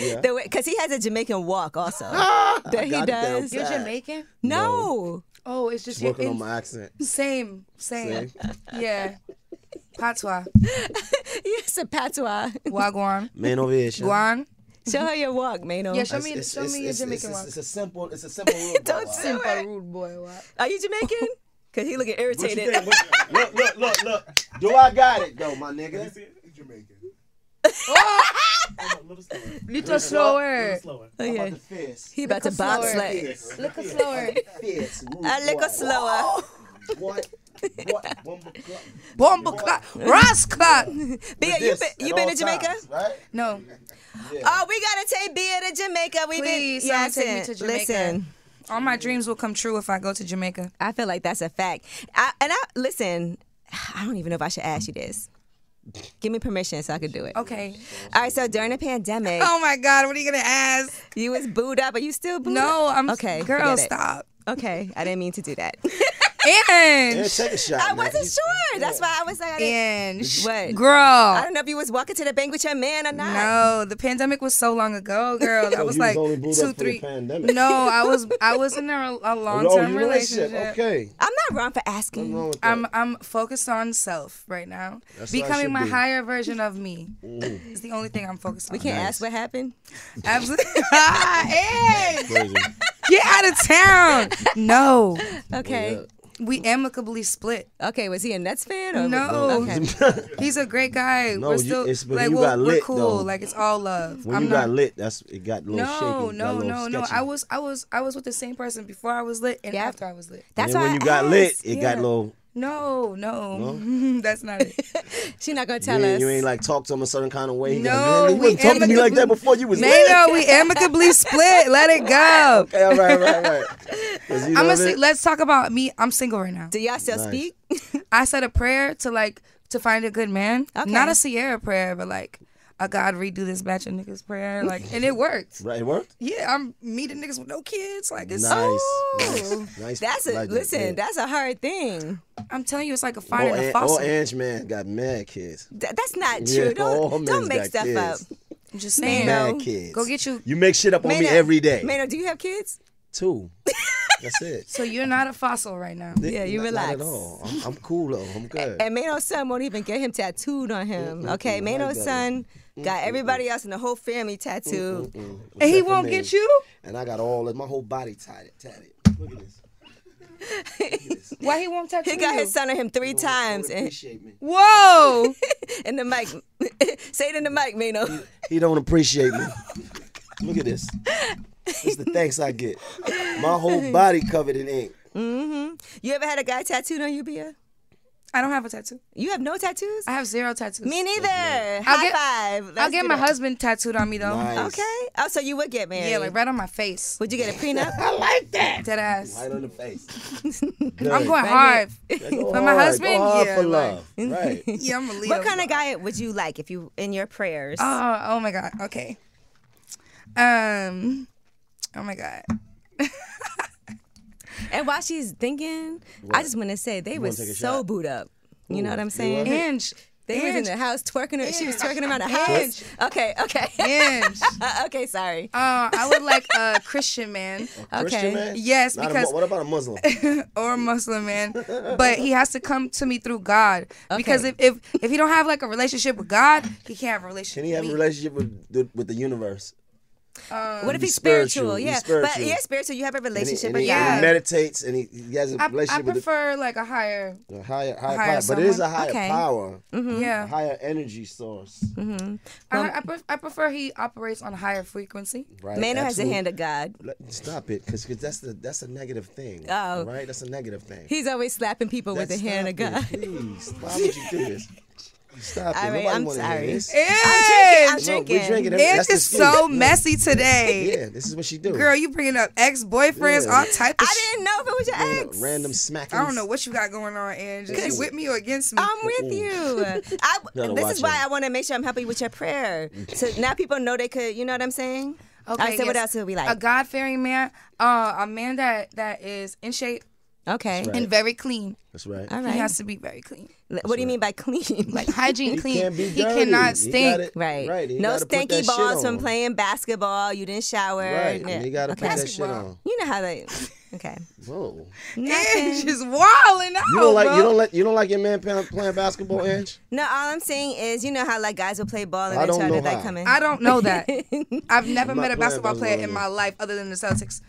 [SPEAKER 6] yeah, yeah.
[SPEAKER 1] Because he has a Jamaican walk also that he
[SPEAKER 6] got it down
[SPEAKER 1] does.
[SPEAKER 6] pat.
[SPEAKER 7] You're Jamaican?
[SPEAKER 1] No.
[SPEAKER 7] Oh, it's just
[SPEAKER 6] Just working
[SPEAKER 7] your-
[SPEAKER 6] on my accent.
[SPEAKER 7] same, same,
[SPEAKER 6] Same.
[SPEAKER 7] yeah. Patois,
[SPEAKER 1] Yes, a patois.
[SPEAKER 7] wagwan,
[SPEAKER 6] Man ovation.
[SPEAKER 7] guan.
[SPEAKER 1] Show her your walk, Mano.
[SPEAKER 7] Yeah, show
[SPEAKER 6] It's-
[SPEAKER 7] me,
[SPEAKER 6] it's-
[SPEAKER 7] show
[SPEAKER 6] it's-
[SPEAKER 7] me your
[SPEAKER 6] it's-
[SPEAKER 7] Jamaican
[SPEAKER 6] it's,
[SPEAKER 7] one.
[SPEAKER 6] it's, it's a simple, it's a simple rule.
[SPEAKER 1] Don't
[SPEAKER 6] Baba.
[SPEAKER 1] do
[SPEAKER 7] Simple
[SPEAKER 1] it.
[SPEAKER 7] rude boy, what?
[SPEAKER 1] Are you Jamaican? Because he looking
[SPEAKER 6] What you
[SPEAKER 1] irritated.
[SPEAKER 6] think? What- look, look, look, look. Do I got it though, my nigga?
[SPEAKER 7] Little slower,
[SPEAKER 6] I'm
[SPEAKER 1] Okay.
[SPEAKER 6] about to fierce.
[SPEAKER 1] He about to uh, bob
[SPEAKER 7] slower.
[SPEAKER 1] slay.
[SPEAKER 6] Fierce.
[SPEAKER 7] little slower.
[SPEAKER 6] Fierce. rude
[SPEAKER 1] A little
[SPEAKER 6] boy.
[SPEAKER 1] slower.
[SPEAKER 6] What? What? One more clock.
[SPEAKER 7] Bomba clot, ras clot.
[SPEAKER 1] Bia, you
[SPEAKER 6] This
[SPEAKER 1] been, you
[SPEAKER 6] at
[SPEAKER 1] been
[SPEAKER 6] all
[SPEAKER 1] to Jamaica?
[SPEAKER 6] times, right?
[SPEAKER 7] No,
[SPEAKER 1] Oh, we gotta take Bia to Jamaica. We
[SPEAKER 7] Please,
[SPEAKER 1] been
[SPEAKER 7] someone
[SPEAKER 1] yes,
[SPEAKER 7] take me to Jamaica.
[SPEAKER 1] Listen,
[SPEAKER 7] all my dreams will come true if I go to Jamaica.
[SPEAKER 1] I feel like that's a fact. I, and I listen. I don't even know if I should ask you this. Give me permission so I could do it.
[SPEAKER 7] Okay.
[SPEAKER 1] All right. So during the pandemic,
[SPEAKER 7] Oh my God, what are you gonna ask?
[SPEAKER 1] you was booed up. Are you still booed
[SPEAKER 7] No,
[SPEAKER 1] up?
[SPEAKER 7] I'm
[SPEAKER 1] okay.
[SPEAKER 7] Girl,
[SPEAKER 1] forget it.
[SPEAKER 7] stop.
[SPEAKER 1] Okay, I didn't mean to do that.
[SPEAKER 7] And
[SPEAKER 6] Yeah, take a shot.
[SPEAKER 1] I
[SPEAKER 6] man.
[SPEAKER 1] wasn't
[SPEAKER 6] You-
[SPEAKER 1] sure. That's why I was like, I didn't-
[SPEAKER 7] And sh-
[SPEAKER 1] what?
[SPEAKER 7] girl.
[SPEAKER 1] I don't know if you was walking to the bank with your man or not.
[SPEAKER 7] No, the pandemic was so long ago, girl. I
[SPEAKER 6] Oh,
[SPEAKER 7] was
[SPEAKER 6] you was
[SPEAKER 7] like
[SPEAKER 6] only booed up
[SPEAKER 7] two,
[SPEAKER 6] for the
[SPEAKER 7] three.
[SPEAKER 6] pandemic.
[SPEAKER 7] No, I was I was in a, a
[SPEAKER 6] Oh,
[SPEAKER 7] long
[SPEAKER 6] no,
[SPEAKER 7] term
[SPEAKER 6] you
[SPEAKER 7] relationship.
[SPEAKER 6] Okay.
[SPEAKER 1] I'm not wrong for asking.
[SPEAKER 6] Wrong with that.
[SPEAKER 7] I'm I'm focused on self right now.
[SPEAKER 6] That's what I should
[SPEAKER 7] Becoming my
[SPEAKER 6] be.
[SPEAKER 7] higher version of me is the only thing I'm focused on.
[SPEAKER 1] We can't ask what happened.
[SPEAKER 7] Absolutely. hey,
[SPEAKER 6] Crazy.
[SPEAKER 7] get out of town. No,
[SPEAKER 1] Okay.
[SPEAKER 7] we amicably split.
[SPEAKER 1] Okay. Was he a Nets fan? Or
[SPEAKER 7] No.
[SPEAKER 1] Okay.
[SPEAKER 7] He's a great guy.
[SPEAKER 6] No,
[SPEAKER 7] we're
[SPEAKER 6] you-
[SPEAKER 7] still
[SPEAKER 6] it's- but
[SPEAKER 7] like
[SPEAKER 6] you
[SPEAKER 7] we're,
[SPEAKER 6] got
[SPEAKER 7] we're
[SPEAKER 6] lit,
[SPEAKER 7] cool.
[SPEAKER 6] though.
[SPEAKER 7] Like it's all love.
[SPEAKER 6] When
[SPEAKER 7] I'm
[SPEAKER 6] you
[SPEAKER 7] not,
[SPEAKER 6] got lit, that's it got a little
[SPEAKER 7] no,
[SPEAKER 6] shaky. got a
[SPEAKER 7] no,
[SPEAKER 6] little
[SPEAKER 7] no, no.
[SPEAKER 6] sketchy.
[SPEAKER 7] I was, I was, I was with the same person before I was lit and
[SPEAKER 1] Yeah.
[SPEAKER 7] after I was lit.
[SPEAKER 1] That's
[SPEAKER 6] and
[SPEAKER 1] why
[SPEAKER 6] when you
[SPEAKER 1] I
[SPEAKER 6] got lit,
[SPEAKER 1] asked.
[SPEAKER 6] it
[SPEAKER 1] yeah.
[SPEAKER 6] got a little.
[SPEAKER 7] No, no, that's not it.
[SPEAKER 1] She not gonna tell
[SPEAKER 6] You
[SPEAKER 1] us.
[SPEAKER 6] ain't, you ain't like talk to him a certain kind of way. You gotta,
[SPEAKER 7] No,
[SPEAKER 6] man, you
[SPEAKER 7] we
[SPEAKER 6] wasn't talking to me like that
[SPEAKER 7] amicably-
[SPEAKER 6] before you was lit.
[SPEAKER 7] Mano, we amicably split. Let it go.
[SPEAKER 6] Okay, all right, all right, all right. 'Cause you know
[SPEAKER 7] I'm
[SPEAKER 6] what
[SPEAKER 7] gonna say,
[SPEAKER 6] it-
[SPEAKER 7] let's talk about me. I'm single right now.
[SPEAKER 1] Do y'all still
[SPEAKER 6] Nice.
[SPEAKER 1] speak?
[SPEAKER 7] I said a prayer to like to find a good man.
[SPEAKER 1] Okay.
[SPEAKER 7] Not a Sierra prayer, but like a God redo this batch of niggas prayer. Like, and it worked.
[SPEAKER 6] Right, it worked.
[SPEAKER 7] Yeah, I'm meeting niggas with no kids. Like, it's
[SPEAKER 6] Nice,
[SPEAKER 1] Ooh.
[SPEAKER 6] nice, nice.
[SPEAKER 1] That's a
[SPEAKER 6] Like it,
[SPEAKER 1] listen.
[SPEAKER 6] yeah.
[SPEAKER 1] That's a hard thing.
[SPEAKER 7] I'm telling you, it's like a fire
[SPEAKER 6] Oh,
[SPEAKER 7] in a
[SPEAKER 6] An-
[SPEAKER 7] fossil.
[SPEAKER 6] oh, Ange man got mad kids.
[SPEAKER 1] Th- that's not
[SPEAKER 6] Yeah,
[SPEAKER 1] true.
[SPEAKER 6] all
[SPEAKER 1] don't
[SPEAKER 6] men's
[SPEAKER 1] don't make
[SPEAKER 6] got
[SPEAKER 1] stuff
[SPEAKER 6] kids.
[SPEAKER 1] up.
[SPEAKER 7] I'm just
[SPEAKER 1] Man,
[SPEAKER 7] saying,
[SPEAKER 1] no.
[SPEAKER 6] Mad kids.
[SPEAKER 7] go get you.
[SPEAKER 6] You make shit up on me every day.
[SPEAKER 1] Mano, do you have kids?
[SPEAKER 6] Two. That's it.
[SPEAKER 7] So you're not a fossil right now.
[SPEAKER 1] Yeah, you
[SPEAKER 6] Not-
[SPEAKER 1] relax.
[SPEAKER 6] Not at all. I'm, I'm cool though. I'm good.
[SPEAKER 1] And Mano's son won't even get him tattooed on him. Okay,
[SPEAKER 6] mm, I
[SPEAKER 1] Mano's
[SPEAKER 6] got it.
[SPEAKER 1] son got everybody else in the whole family tattooed.
[SPEAKER 7] And he
[SPEAKER 6] Except for
[SPEAKER 7] won't
[SPEAKER 6] me.
[SPEAKER 7] get you.
[SPEAKER 6] And I got all of my whole body tied tatted. Look at this.
[SPEAKER 7] Why he won't tattoo
[SPEAKER 1] He got
[SPEAKER 7] you?
[SPEAKER 1] his son on him three times,
[SPEAKER 6] Don't
[SPEAKER 1] and,
[SPEAKER 6] appreciate me.
[SPEAKER 7] Whoa!
[SPEAKER 1] and the mic, say it in the mic, Mano.
[SPEAKER 6] He don't appreciate me. Look at this. It's the thanks I get. My whole body covered in ink.
[SPEAKER 1] You ever had a guy tattooed on you, Bia?
[SPEAKER 7] I don't have a tattoo.
[SPEAKER 1] You have no tattoos?
[SPEAKER 7] I have zero tattoos.
[SPEAKER 1] Me neither. High
[SPEAKER 7] I'll get-
[SPEAKER 1] five.
[SPEAKER 7] I'll
[SPEAKER 1] Let's
[SPEAKER 7] get
[SPEAKER 1] do
[SPEAKER 7] my
[SPEAKER 1] that.
[SPEAKER 7] husband tattooed on me though.
[SPEAKER 6] Nice.
[SPEAKER 1] Okay. Oh, so you would get married?
[SPEAKER 7] Yeah, like right on my face.
[SPEAKER 1] Would you get a prenup?
[SPEAKER 6] I like that.
[SPEAKER 7] Dead ass.
[SPEAKER 6] Right on the face.
[SPEAKER 7] I'm going
[SPEAKER 1] Right
[SPEAKER 7] hard.
[SPEAKER 6] Go
[SPEAKER 7] But my
[SPEAKER 6] hard.
[SPEAKER 7] husband,
[SPEAKER 6] Go hard
[SPEAKER 7] yeah,
[SPEAKER 6] for
[SPEAKER 7] like-
[SPEAKER 6] love. Right.
[SPEAKER 7] Yeah, I'm a Leo.
[SPEAKER 1] what kind of guy would you like if you in your prayers?
[SPEAKER 6] Uh,
[SPEAKER 7] Oh, oh my god. Okay. Um. Oh my god.
[SPEAKER 1] And while she's thinking, I just want to say they were
[SPEAKER 6] take a
[SPEAKER 1] so
[SPEAKER 6] shot?
[SPEAKER 1] booed up. You know what I'm
[SPEAKER 6] you
[SPEAKER 1] saying?
[SPEAKER 6] were?
[SPEAKER 7] Ange.
[SPEAKER 1] They was in
[SPEAKER 7] Ange.
[SPEAKER 1] the house twerking. Her, she was twerking around the
[SPEAKER 7] Ange.
[SPEAKER 1] house. Okay, okay,
[SPEAKER 7] Ange.
[SPEAKER 1] okay. Sorry.
[SPEAKER 7] Uh, I would like a Christian man
[SPEAKER 6] Christian man?
[SPEAKER 7] Yes,
[SPEAKER 6] Not a
[SPEAKER 7] because-
[SPEAKER 6] mu- what about a Muslim?
[SPEAKER 7] or a Muslim man, but he has to come to me through God. Because
[SPEAKER 1] Okay.
[SPEAKER 7] if, if if he don't have like a relationship with God, he can't have a relationship.
[SPEAKER 6] Can he have
[SPEAKER 7] with
[SPEAKER 6] a
[SPEAKER 7] me.
[SPEAKER 6] relationship with the, with the universe?
[SPEAKER 1] What if
[SPEAKER 6] be
[SPEAKER 1] he's spiritual?
[SPEAKER 6] Mm, spiritual, be
[SPEAKER 1] Yeah, but
[SPEAKER 6] spiritual.
[SPEAKER 1] yeah, spiritual. You have a
[SPEAKER 6] And he,
[SPEAKER 1] relationship,
[SPEAKER 6] and
[SPEAKER 1] but
[SPEAKER 6] he,
[SPEAKER 1] yeah.
[SPEAKER 6] and he meditates and he, he has a
[SPEAKER 7] I, I
[SPEAKER 6] relationship with the-
[SPEAKER 7] prefer like a higher.
[SPEAKER 6] a higher, higher,
[SPEAKER 7] hire
[SPEAKER 6] power. But it is a
[SPEAKER 7] someone. Mm-hmm.
[SPEAKER 6] higher
[SPEAKER 1] Okay.
[SPEAKER 6] power, a
[SPEAKER 1] Mm-hmm.
[SPEAKER 7] Yeah.
[SPEAKER 6] higher energy source.
[SPEAKER 7] Mm-hmm.
[SPEAKER 1] Um,
[SPEAKER 7] I, I, pref- I prefer he operates on a higher frequency.
[SPEAKER 6] Right?
[SPEAKER 1] Mano has the
[SPEAKER 6] Absolute-
[SPEAKER 1] hand of God.
[SPEAKER 6] Let- Stop it, because that's the that's a negative thing.
[SPEAKER 1] Oh.
[SPEAKER 6] right, that's a negative thing.
[SPEAKER 1] He's always slapping people with the
[SPEAKER 6] That's-
[SPEAKER 1] hand of
[SPEAKER 6] stop
[SPEAKER 1] God.
[SPEAKER 6] it, Please, why would you do this? Stop it.
[SPEAKER 1] All right,
[SPEAKER 6] Nobody
[SPEAKER 1] I'm
[SPEAKER 6] wanna hear
[SPEAKER 1] sorry.
[SPEAKER 6] this.
[SPEAKER 1] I'm
[SPEAKER 6] No,
[SPEAKER 1] drinking.
[SPEAKER 6] we drinking.
[SPEAKER 7] Ange
[SPEAKER 6] That's the
[SPEAKER 7] is
[SPEAKER 6] excuse.
[SPEAKER 7] so
[SPEAKER 6] Yeah.
[SPEAKER 7] messy today.
[SPEAKER 6] Yeah, this is what she do.
[SPEAKER 7] Girl, you bringing up ex boyfriends,
[SPEAKER 6] Yeah.
[SPEAKER 7] all type of
[SPEAKER 1] I
[SPEAKER 7] shit.
[SPEAKER 1] didn't know if it was your
[SPEAKER 6] You know,
[SPEAKER 1] ex.
[SPEAKER 6] random smacking.
[SPEAKER 7] I don't know what you got going on, Ange. Is you with me or against me?
[SPEAKER 1] I'm with you. I,
[SPEAKER 6] Mm. Gotta
[SPEAKER 1] this
[SPEAKER 6] watch Mm.
[SPEAKER 1] is why
[SPEAKER 6] him.
[SPEAKER 1] I want to make sure I'm helping you with your prayer. So now people know they could. You know what I'm saying? All right, so what
[SPEAKER 7] yes.
[SPEAKER 1] else would we
[SPEAKER 7] A
[SPEAKER 1] like?
[SPEAKER 7] God fearing man, uh, a man that that is in shape
[SPEAKER 1] okay.
[SPEAKER 6] Right.
[SPEAKER 7] and very clean.
[SPEAKER 6] That's right.
[SPEAKER 1] All
[SPEAKER 7] He
[SPEAKER 1] right.
[SPEAKER 7] has to be very clean,
[SPEAKER 1] What do you mean by clean?
[SPEAKER 7] like hygiene
[SPEAKER 6] He
[SPEAKER 7] clean.
[SPEAKER 6] can't be
[SPEAKER 7] he
[SPEAKER 6] dirty.
[SPEAKER 7] cannot
[SPEAKER 6] He
[SPEAKER 7] stink.
[SPEAKER 6] gotta-
[SPEAKER 1] Right.
[SPEAKER 6] Right. he
[SPEAKER 1] No
[SPEAKER 6] gotta put
[SPEAKER 1] stinky
[SPEAKER 6] that shit
[SPEAKER 1] balls from
[SPEAKER 6] on.
[SPEAKER 1] playing basketball. You didn't shower.
[SPEAKER 6] Right.
[SPEAKER 1] Yeah.
[SPEAKER 6] And you gotta put that shit on.
[SPEAKER 1] You know how they. Okay.
[SPEAKER 6] Whoa.
[SPEAKER 7] Ange is wilding out.
[SPEAKER 6] You don't like
[SPEAKER 7] bro.
[SPEAKER 6] you don't let you don't like your man pa- playing basketball, Ange?
[SPEAKER 1] No, all I'm saying is, you know how like guys will play ball and
[SPEAKER 6] I
[SPEAKER 1] they
[SPEAKER 6] don't
[SPEAKER 1] try to
[SPEAKER 6] know
[SPEAKER 1] like
[SPEAKER 6] how.
[SPEAKER 1] come in.
[SPEAKER 7] I don't know that. I've never
[SPEAKER 6] not
[SPEAKER 7] met a
[SPEAKER 6] playing
[SPEAKER 7] basketball player
[SPEAKER 6] basketball.
[SPEAKER 7] in my life other than the Celtics.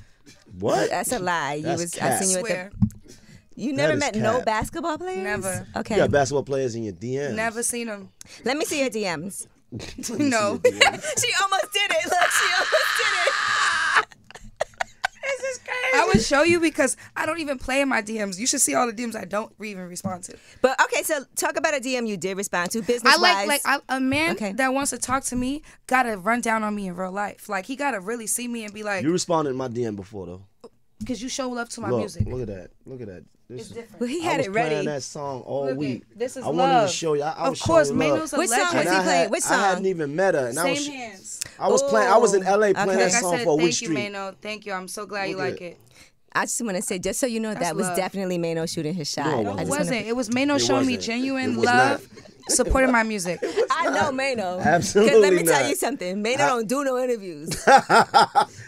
[SPEAKER 6] What?
[SPEAKER 1] That's a lie. You
[SPEAKER 6] That's
[SPEAKER 1] was
[SPEAKER 6] cap.
[SPEAKER 1] I seen you at
[SPEAKER 7] Swear.
[SPEAKER 1] the. You never
[SPEAKER 6] is
[SPEAKER 1] met no
[SPEAKER 6] cap.
[SPEAKER 1] basketball players.
[SPEAKER 7] Never.
[SPEAKER 1] Okay.
[SPEAKER 6] You got basketball players in your DMs.
[SPEAKER 7] Never seen him.
[SPEAKER 1] Let me see your DMs.
[SPEAKER 7] No.
[SPEAKER 1] she almost did it. Look, she almost did it. this is crazy.
[SPEAKER 7] I would show you because I don't even play in my DMs. You should see all the DMs I don't even respond to.
[SPEAKER 1] But okay, so talk about a DM you did respond to business
[SPEAKER 7] I like like I, a man
[SPEAKER 1] Okay.
[SPEAKER 7] that wants to talk to me gotta run down on me in real life. Like he gotta really see me and be like,
[SPEAKER 6] You responded to my DM before though.
[SPEAKER 7] because you show love to my
[SPEAKER 6] Look,
[SPEAKER 7] music.
[SPEAKER 6] look at that. Look at that. This is
[SPEAKER 1] well, he
[SPEAKER 6] I
[SPEAKER 1] had
[SPEAKER 6] was
[SPEAKER 1] it ready.
[SPEAKER 6] playing that song all
[SPEAKER 7] Look at-
[SPEAKER 6] week.
[SPEAKER 7] this is
[SPEAKER 6] I wanted to
[SPEAKER 7] love.
[SPEAKER 6] show you. I, I
[SPEAKER 7] Of
[SPEAKER 6] was
[SPEAKER 7] course,
[SPEAKER 6] showing love.
[SPEAKER 7] Manu's a
[SPEAKER 1] Which song
[SPEAKER 7] legend.
[SPEAKER 1] was
[SPEAKER 6] And
[SPEAKER 1] he
[SPEAKER 6] I
[SPEAKER 1] playing?
[SPEAKER 6] had-
[SPEAKER 1] Which
[SPEAKER 6] I hadn't
[SPEAKER 1] song?
[SPEAKER 6] even met her, and I was
[SPEAKER 7] Same hands.
[SPEAKER 6] I was playing. I was in LA playing
[SPEAKER 1] Okay.
[SPEAKER 6] that
[SPEAKER 7] Like I
[SPEAKER 6] song
[SPEAKER 7] said,
[SPEAKER 6] for
[SPEAKER 7] thank
[SPEAKER 6] Week
[SPEAKER 7] you,
[SPEAKER 6] Street.
[SPEAKER 7] Mano. Thank you. I'm so glad you
[SPEAKER 6] Look at
[SPEAKER 7] like
[SPEAKER 6] it.
[SPEAKER 7] it.
[SPEAKER 1] I just want to say, just so you know,
[SPEAKER 7] That's
[SPEAKER 1] that was
[SPEAKER 7] love. definitely
[SPEAKER 1] Mano shooting his shot.
[SPEAKER 7] No,
[SPEAKER 1] I
[SPEAKER 7] it
[SPEAKER 1] just
[SPEAKER 7] wasn't.
[SPEAKER 1] wanna-
[SPEAKER 7] Wasn't. It was Mano It showing me wasn't. genuine It was love, not. supporting my music.
[SPEAKER 1] I know Mano. 'Cause let
[SPEAKER 6] Absolutely
[SPEAKER 1] me tell
[SPEAKER 6] not.
[SPEAKER 1] you something. Mano
[SPEAKER 6] I-
[SPEAKER 1] don't do no interviews.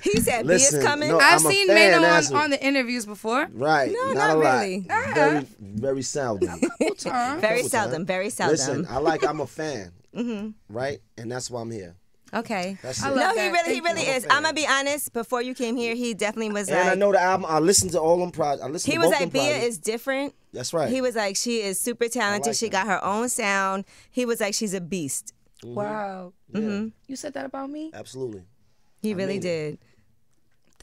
[SPEAKER 1] he said B is
[SPEAKER 6] Listen,
[SPEAKER 1] coming.
[SPEAKER 6] no,
[SPEAKER 7] I've
[SPEAKER 6] I'm a
[SPEAKER 7] seen
[SPEAKER 6] fan,
[SPEAKER 7] Mano
[SPEAKER 6] that's
[SPEAKER 7] on,
[SPEAKER 6] what-
[SPEAKER 7] on the interviews before.
[SPEAKER 6] Right.
[SPEAKER 7] No,
[SPEAKER 6] not,
[SPEAKER 7] not
[SPEAKER 6] a lot.
[SPEAKER 7] really. Uh-huh.
[SPEAKER 6] Very, very seldom.
[SPEAKER 7] Time.
[SPEAKER 1] Very
[SPEAKER 6] Couple times.
[SPEAKER 1] seldom, very
[SPEAKER 6] Listen,
[SPEAKER 1] seldom.
[SPEAKER 6] I like. I'm a fan,
[SPEAKER 7] Mm-hmm.
[SPEAKER 1] Mhm.
[SPEAKER 6] right? And that's why I'm here.
[SPEAKER 1] Okay.
[SPEAKER 6] That's
[SPEAKER 1] no,
[SPEAKER 6] it.
[SPEAKER 1] he really, he really is. I'm gonna be honest. Before you came here, he definitely was
[SPEAKER 6] And I
[SPEAKER 1] like,
[SPEAKER 6] know the album. I listened to all them projects. I listened
[SPEAKER 1] he
[SPEAKER 6] to
[SPEAKER 1] was
[SPEAKER 6] both
[SPEAKER 1] like,
[SPEAKER 6] them
[SPEAKER 1] Bia
[SPEAKER 6] projects.
[SPEAKER 1] is different.
[SPEAKER 6] That's right.
[SPEAKER 1] He was like, she is super talented. she got her own sound. He was like, she's a beast.
[SPEAKER 7] Wow. Mm-hmm.
[SPEAKER 1] hmm
[SPEAKER 7] You said that about me?
[SPEAKER 6] Absolutely.
[SPEAKER 1] He
[SPEAKER 6] I
[SPEAKER 1] really
[SPEAKER 6] mean it.
[SPEAKER 1] did.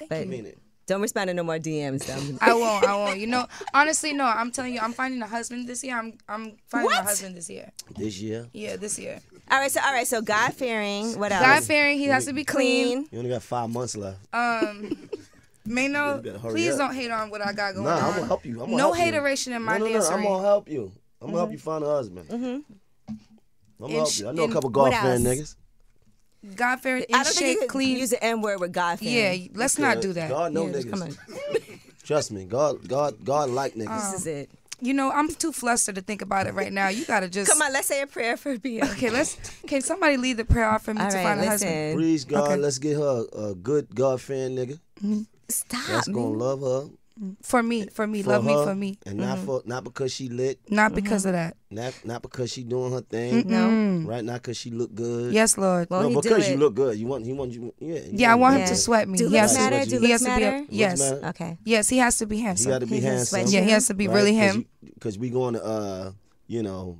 [SPEAKER 1] Thank
[SPEAKER 6] you. I mean it.
[SPEAKER 1] Don't respond to no more DMs. Though.
[SPEAKER 7] I won't. I won't. You know, honestly, no. I'm telling you, I'm finding a husband this year. I'm I'm finding a husband this year.
[SPEAKER 6] This year.
[SPEAKER 7] Yeah, this year.
[SPEAKER 1] All right, so all right, so God fearing. What else?
[SPEAKER 7] God fearing. He has to be clean.
[SPEAKER 6] You only got five months left.
[SPEAKER 7] Um,
[SPEAKER 6] You
[SPEAKER 7] Mano,
[SPEAKER 6] better hurry
[SPEAKER 7] please
[SPEAKER 6] up.
[SPEAKER 7] don't hate on what I got going
[SPEAKER 6] nah,
[SPEAKER 7] on.
[SPEAKER 6] I'm gonna help you. I'm gonna
[SPEAKER 7] Uh-huh. no
[SPEAKER 6] help you.
[SPEAKER 7] hateration in my Mm-hmm.
[SPEAKER 6] no, no, no, I'm
[SPEAKER 7] dancery.
[SPEAKER 6] gonna help you. I'm gonna help you find a husband. I'm
[SPEAKER 7] Mm-hmm.
[SPEAKER 6] gonna
[SPEAKER 1] And
[SPEAKER 6] help
[SPEAKER 1] sh-
[SPEAKER 6] you. I know a
[SPEAKER 1] and
[SPEAKER 6] couple
[SPEAKER 1] what
[SPEAKER 6] golf fan
[SPEAKER 1] else?
[SPEAKER 6] niggas.
[SPEAKER 7] God fearing.
[SPEAKER 1] I don't think you
[SPEAKER 7] shake
[SPEAKER 1] could
[SPEAKER 7] clean.
[SPEAKER 1] use the N word with God fearing.
[SPEAKER 7] Yeah, let's not do that.
[SPEAKER 6] God no
[SPEAKER 7] Yeah,
[SPEAKER 6] niggas.
[SPEAKER 7] come on.
[SPEAKER 6] Trust me, God, God, God like niggas.
[SPEAKER 7] Um, This is
[SPEAKER 1] it.
[SPEAKER 7] You know, I'm too flustered to think about it right now. You gotta just
[SPEAKER 1] Come on, let's say a prayer for Bia.
[SPEAKER 7] Okay, let's. Can somebody lead the prayer off for me
[SPEAKER 1] All
[SPEAKER 7] to
[SPEAKER 1] right,
[SPEAKER 7] find a
[SPEAKER 1] listen.
[SPEAKER 7] husband?
[SPEAKER 6] Please, God,
[SPEAKER 7] Okay.
[SPEAKER 6] let's get her a good God fan nigga.
[SPEAKER 1] Stop.
[SPEAKER 6] That's gonna love her.
[SPEAKER 7] For me, for me,
[SPEAKER 6] for
[SPEAKER 7] love me
[SPEAKER 6] her,
[SPEAKER 7] for me,
[SPEAKER 6] and not
[SPEAKER 7] Mhm.
[SPEAKER 6] for not because she lit,
[SPEAKER 7] Not because of that.
[SPEAKER 6] not not because she doing her thing,
[SPEAKER 7] No.
[SPEAKER 6] right? Not because she look good.
[SPEAKER 7] Yes, Lord. Well,
[SPEAKER 6] no,
[SPEAKER 7] he do
[SPEAKER 6] because you
[SPEAKER 7] it.
[SPEAKER 6] look good. You want he want you. Yeah, you
[SPEAKER 7] Yeah, I want him
[SPEAKER 6] look
[SPEAKER 7] to
[SPEAKER 6] good.
[SPEAKER 7] sweat me.
[SPEAKER 1] Do
[SPEAKER 7] He
[SPEAKER 1] looks
[SPEAKER 7] has to-
[SPEAKER 1] matter? Do
[SPEAKER 7] he has
[SPEAKER 1] looks
[SPEAKER 7] to be a-
[SPEAKER 1] matter?
[SPEAKER 7] yes.
[SPEAKER 6] Looks matter?
[SPEAKER 1] Okay.
[SPEAKER 7] Yes, he has to be
[SPEAKER 6] He
[SPEAKER 7] handsome.
[SPEAKER 6] got to be handsome.
[SPEAKER 7] Yeah, he has to be really him.
[SPEAKER 6] Because we going to, uh, you know,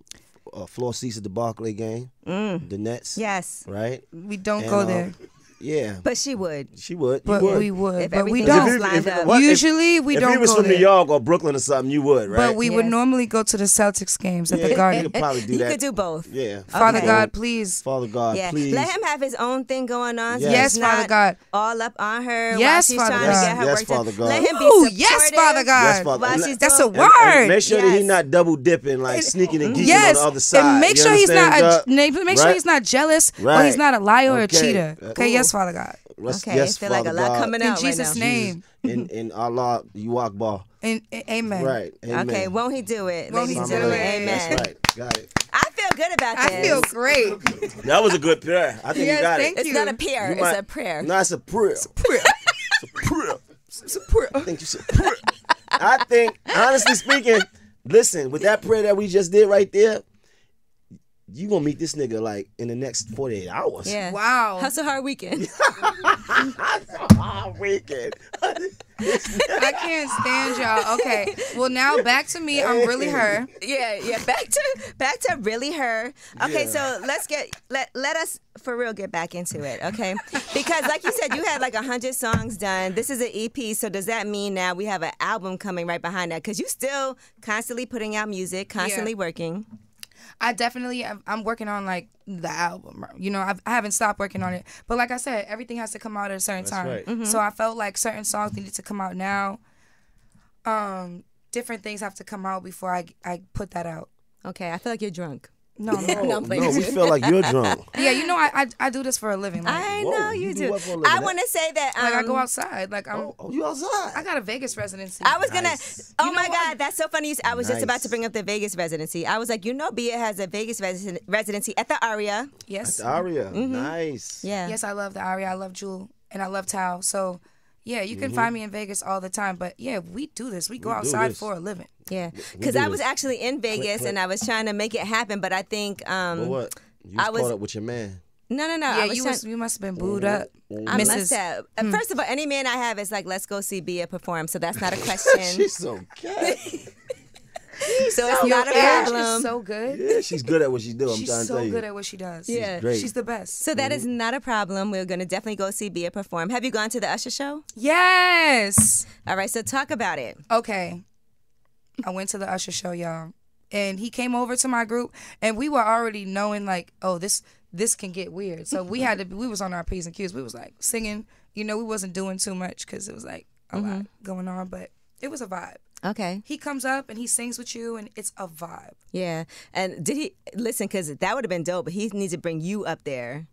[SPEAKER 6] uh, floor seats at the Barclay game,
[SPEAKER 7] Mm.
[SPEAKER 6] the Nets.
[SPEAKER 1] Yes.
[SPEAKER 6] Right.
[SPEAKER 7] We don't go there.
[SPEAKER 6] Yeah.
[SPEAKER 1] But she would.
[SPEAKER 6] She would.
[SPEAKER 7] But
[SPEAKER 6] you uh, would.
[SPEAKER 7] we would,
[SPEAKER 1] If
[SPEAKER 7] but we
[SPEAKER 1] everything
[SPEAKER 7] don't.
[SPEAKER 1] was lined up.
[SPEAKER 6] what-
[SPEAKER 7] Usually, we
[SPEAKER 6] if
[SPEAKER 7] don't
[SPEAKER 6] If he was
[SPEAKER 7] go
[SPEAKER 6] from
[SPEAKER 7] there.
[SPEAKER 6] New York or Brooklyn or something, you would, right?
[SPEAKER 7] But we would normally go to the Celtics games at
[SPEAKER 6] Yeah,
[SPEAKER 7] the
[SPEAKER 6] You
[SPEAKER 7] Garden.
[SPEAKER 6] could probably do
[SPEAKER 1] You
[SPEAKER 6] that.
[SPEAKER 1] could do both.
[SPEAKER 6] Yeah.
[SPEAKER 7] Father
[SPEAKER 1] Okay.
[SPEAKER 7] God, please.
[SPEAKER 6] Father God,
[SPEAKER 1] yeah,
[SPEAKER 6] please.
[SPEAKER 1] let him have his own thing going on.
[SPEAKER 6] Yes. Yes,
[SPEAKER 1] he's
[SPEAKER 7] Father
[SPEAKER 1] not
[SPEAKER 7] God.
[SPEAKER 1] All up on her. while
[SPEAKER 7] Yes,
[SPEAKER 1] she's
[SPEAKER 7] Father
[SPEAKER 1] trying
[SPEAKER 6] God.
[SPEAKER 1] to get her
[SPEAKER 6] Yes,
[SPEAKER 1] work done.
[SPEAKER 6] Father God.
[SPEAKER 1] Let him be
[SPEAKER 7] Ooh, yes,
[SPEAKER 1] supportive
[SPEAKER 7] Father God.
[SPEAKER 6] Yes, Father.
[SPEAKER 1] While
[SPEAKER 6] And-
[SPEAKER 1] she's
[SPEAKER 7] That's a
[SPEAKER 1] doing-
[SPEAKER 6] And- and
[SPEAKER 7] word.
[SPEAKER 6] make sure that
[SPEAKER 1] Yes.
[SPEAKER 6] he's not double dipping, like sneaking and geeking
[SPEAKER 7] Mm-hmm. Yes,
[SPEAKER 6] on the other side.
[SPEAKER 7] and make
[SPEAKER 6] You
[SPEAKER 7] sure he's
[SPEAKER 6] understand,
[SPEAKER 7] not. A,
[SPEAKER 6] God?
[SPEAKER 7] na- make sure
[SPEAKER 6] Right?
[SPEAKER 7] he's not jealous, or
[SPEAKER 6] Right.
[SPEAKER 7] he's not a liar or a
[SPEAKER 6] Okay.
[SPEAKER 7] cheater.
[SPEAKER 6] Uh,
[SPEAKER 7] Okay, yes, Father God.
[SPEAKER 6] Yes,
[SPEAKER 1] Okay,
[SPEAKER 6] yes,
[SPEAKER 1] feel like
[SPEAKER 6] Father
[SPEAKER 1] a lot
[SPEAKER 6] God.
[SPEAKER 1] coming
[SPEAKER 7] In
[SPEAKER 1] out right
[SPEAKER 7] Jesus'
[SPEAKER 1] now.
[SPEAKER 7] name,
[SPEAKER 6] in in Allah you walk ball.
[SPEAKER 7] and, and- Amen.
[SPEAKER 6] Right. Amen.
[SPEAKER 1] Okay, won't he do it,
[SPEAKER 7] Won't he
[SPEAKER 1] ladies and
[SPEAKER 7] do
[SPEAKER 1] gentlemen?
[SPEAKER 7] it?
[SPEAKER 1] Amen.
[SPEAKER 6] That's right. Got it.
[SPEAKER 1] I feel good about
[SPEAKER 7] I
[SPEAKER 1] this.
[SPEAKER 7] feel great.
[SPEAKER 6] That was a good prayer. I think
[SPEAKER 7] Yes,
[SPEAKER 6] you got
[SPEAKER 7] thank
[SPEAKER 6] it.
[SPEAKER 1] it's
[SPEAKER 7] you.
[SPEAKER 1] not a prayer.
[SPEAKER 6] You
[SPEAKER 1] It's
[SPEAKER 6] might-
[SPEAKER 1] a prayer.
[SPEAKER 6] No, it's a prayer. It's a prayer. it's a prayer.
[SPEAKER 7] It's a prayer.
[SPEAKER 6] I think you said prayer. I think, honestly speaking, listen, with that prayer that we just did right there, you gonna meet this nigga like in the next 48 hours.
[SPEAKER 1] Yeah.
[SPEAKER 7] Wow.
[SPEAKER 1] Hustle hard weekend.
[SPEAKER 6] Ah, wicked. Oh,
[SPEAKER 7] I can't stand y'all. Okay. Well, now back to me. I'm really her.
[SPEAKER 1] yeah, yeah. Back to back to really her. Okay, so let's get let let us for real get back into it. Okay, because like you said, you had like hundred songs done. This is an EP, so does that mean now we have an album coming right behind that? Because you still constantly putting out music, constantly working.
[SPEAKER 7] I definitely am- I'm working on like the album. You know, I've, I haven't stopped working on it. But like I said, everything has to come out at a certain time.
[SPEAKER 6] right.
[SPEAKER 7] So I felt like certain songs needed to come out now. Um, different things have to come out before I I put that out.
[SPEAKER 1] Okay, I feel like you're drunk.
[SPEAKER 7] No, no.
[SPEAKER 1] No, I'm playing.
[SPEAKER 6] No, we feel like you're drunk.
[SPEAKER 7] yeah, you know, I, I I do this for a living. Like,
[SPEAKER 1] I
[SPEAKER 6] Whoa,
[SPEAKER 1] know
[SPEAKER 6] you
[SPEAKER 1] you
[SPEAKER 6] do
[SPEAKER 1] do.
[SPEAKER 6] what for a living?
[SPEAKER 1] I
[SPEAKER 6] That-
[SPEAKER 1] want to say that. Um,
[SPEAKER 7] like I go outside. Like I'm.
[SPEAKER 6] Oh, you
[SPEAKER 7] I
[SPEAKER 6] outside.
[SPEAKER 7] got a Vegas residency.
[SPEAKER 1] I was gonna. Oh
[SPEAKER 7] You know
[SPEAKER 1] my
[SPEAKER 7] what?
[SPEAKER 1] God, that's so funny. You s- I was just about to
[SPEAKER 6] Nice.
[SPEAKER 1] bring up the Vegas residency. I was like, you know, Bia has a Vegas resi- residency at the Aria.
[SPEAKER 7] yes.
[SPEAKER 6] Daria, nice.
[SPEAKER 1] Yeah.
[SPEAKER 7] Yes, I love the Aria. I love Jewel, and I love Tao. So, yeah, you
[SPEAKER 6] Mm-hmm.
[SPEAKER 7] can find me in Vegas all the time. But yeah, we do this. We go outside
[SPEAKER 6] this.
[SPEAKER 7] for a living.
[SPEAKER 1] Yeah, because
[SPEAKER 6] do
[SPEAKER 1] I
[SPEAKER 6] this.
[SPEAKER 1] was actually in Vegas and I was trying to make it happen, but I think um,
[SPEAKER 6] But what? You
[SPEAKER 1] I
[SPEAKER 6] was,
[SPEAKER 1] was-
[SPEAKER 6] caught up with your man.
[SPEAKER 1] no, no, no.
[SPEAKER 7] Yeah,
[SPEAKER 1] I was
[SPEAKER 7] you
[SPEAKER 1] trying-
[SPEAKER 7] was, Hmm. you must have
[SPEAKER 6] Mm-hmm.
[SPEAKER 7] been booed up,
[SPEAKER 1] I
[SPEAKER 7] Mrs.
[SPEAKER 1] must have. Uh, First of all, any man I have is like, let's go see Bia perform. So that's not a question.
[SPEAKER 6] She's okay.
[SPEAKER 1] so it's
[SPEAKER 7] Yo,
[SPEAKER 1] not a
[SPEAKER 7] Ash is
[SPEAKER 1] problem.
[SPEAKER 7] so good.
[SPEAKER 6] yeah, she's good at what she do. I'm trying
[SPEAKER 7] She's
[SPEAKER 6] to tell
[SPEAKER 7] so
[SPEAKER 6] you.
[SPEAKER 7] good at what she does.
[SPEAKER 1] Yeah.
[SPEAKER 6] great. Mm-hmm.
[SPEAKER 7] she's the best.
[SPEAKER 1] So that is not a problem. We're gonna definitely go see Bia perform. Have you gone to the Usher show?
[SPEAKER 7] Yes.
[SPEAKER 1] All right, so talk about it.
[SPEAKER 7] Okay. I went to the Usher show, y'all, and he came over to my group, and we were already knowing like, oh, this this can get weird. So we had to. We was on our p's and q's. We was like singing. You know, we wasn't doing too much because it was like a
[SPEAKER 1] Mm-hmm.
[SPEAKER 7] lot going on, but it was a vibe.
[SPEAKER 1] Okay.
[SPEAKER 7] He comes up and he sings with you, and it's a vibe.
[SPEAKER 1] Yeah, and did he listen? Because that would have been dope. But he needs to bring you up there.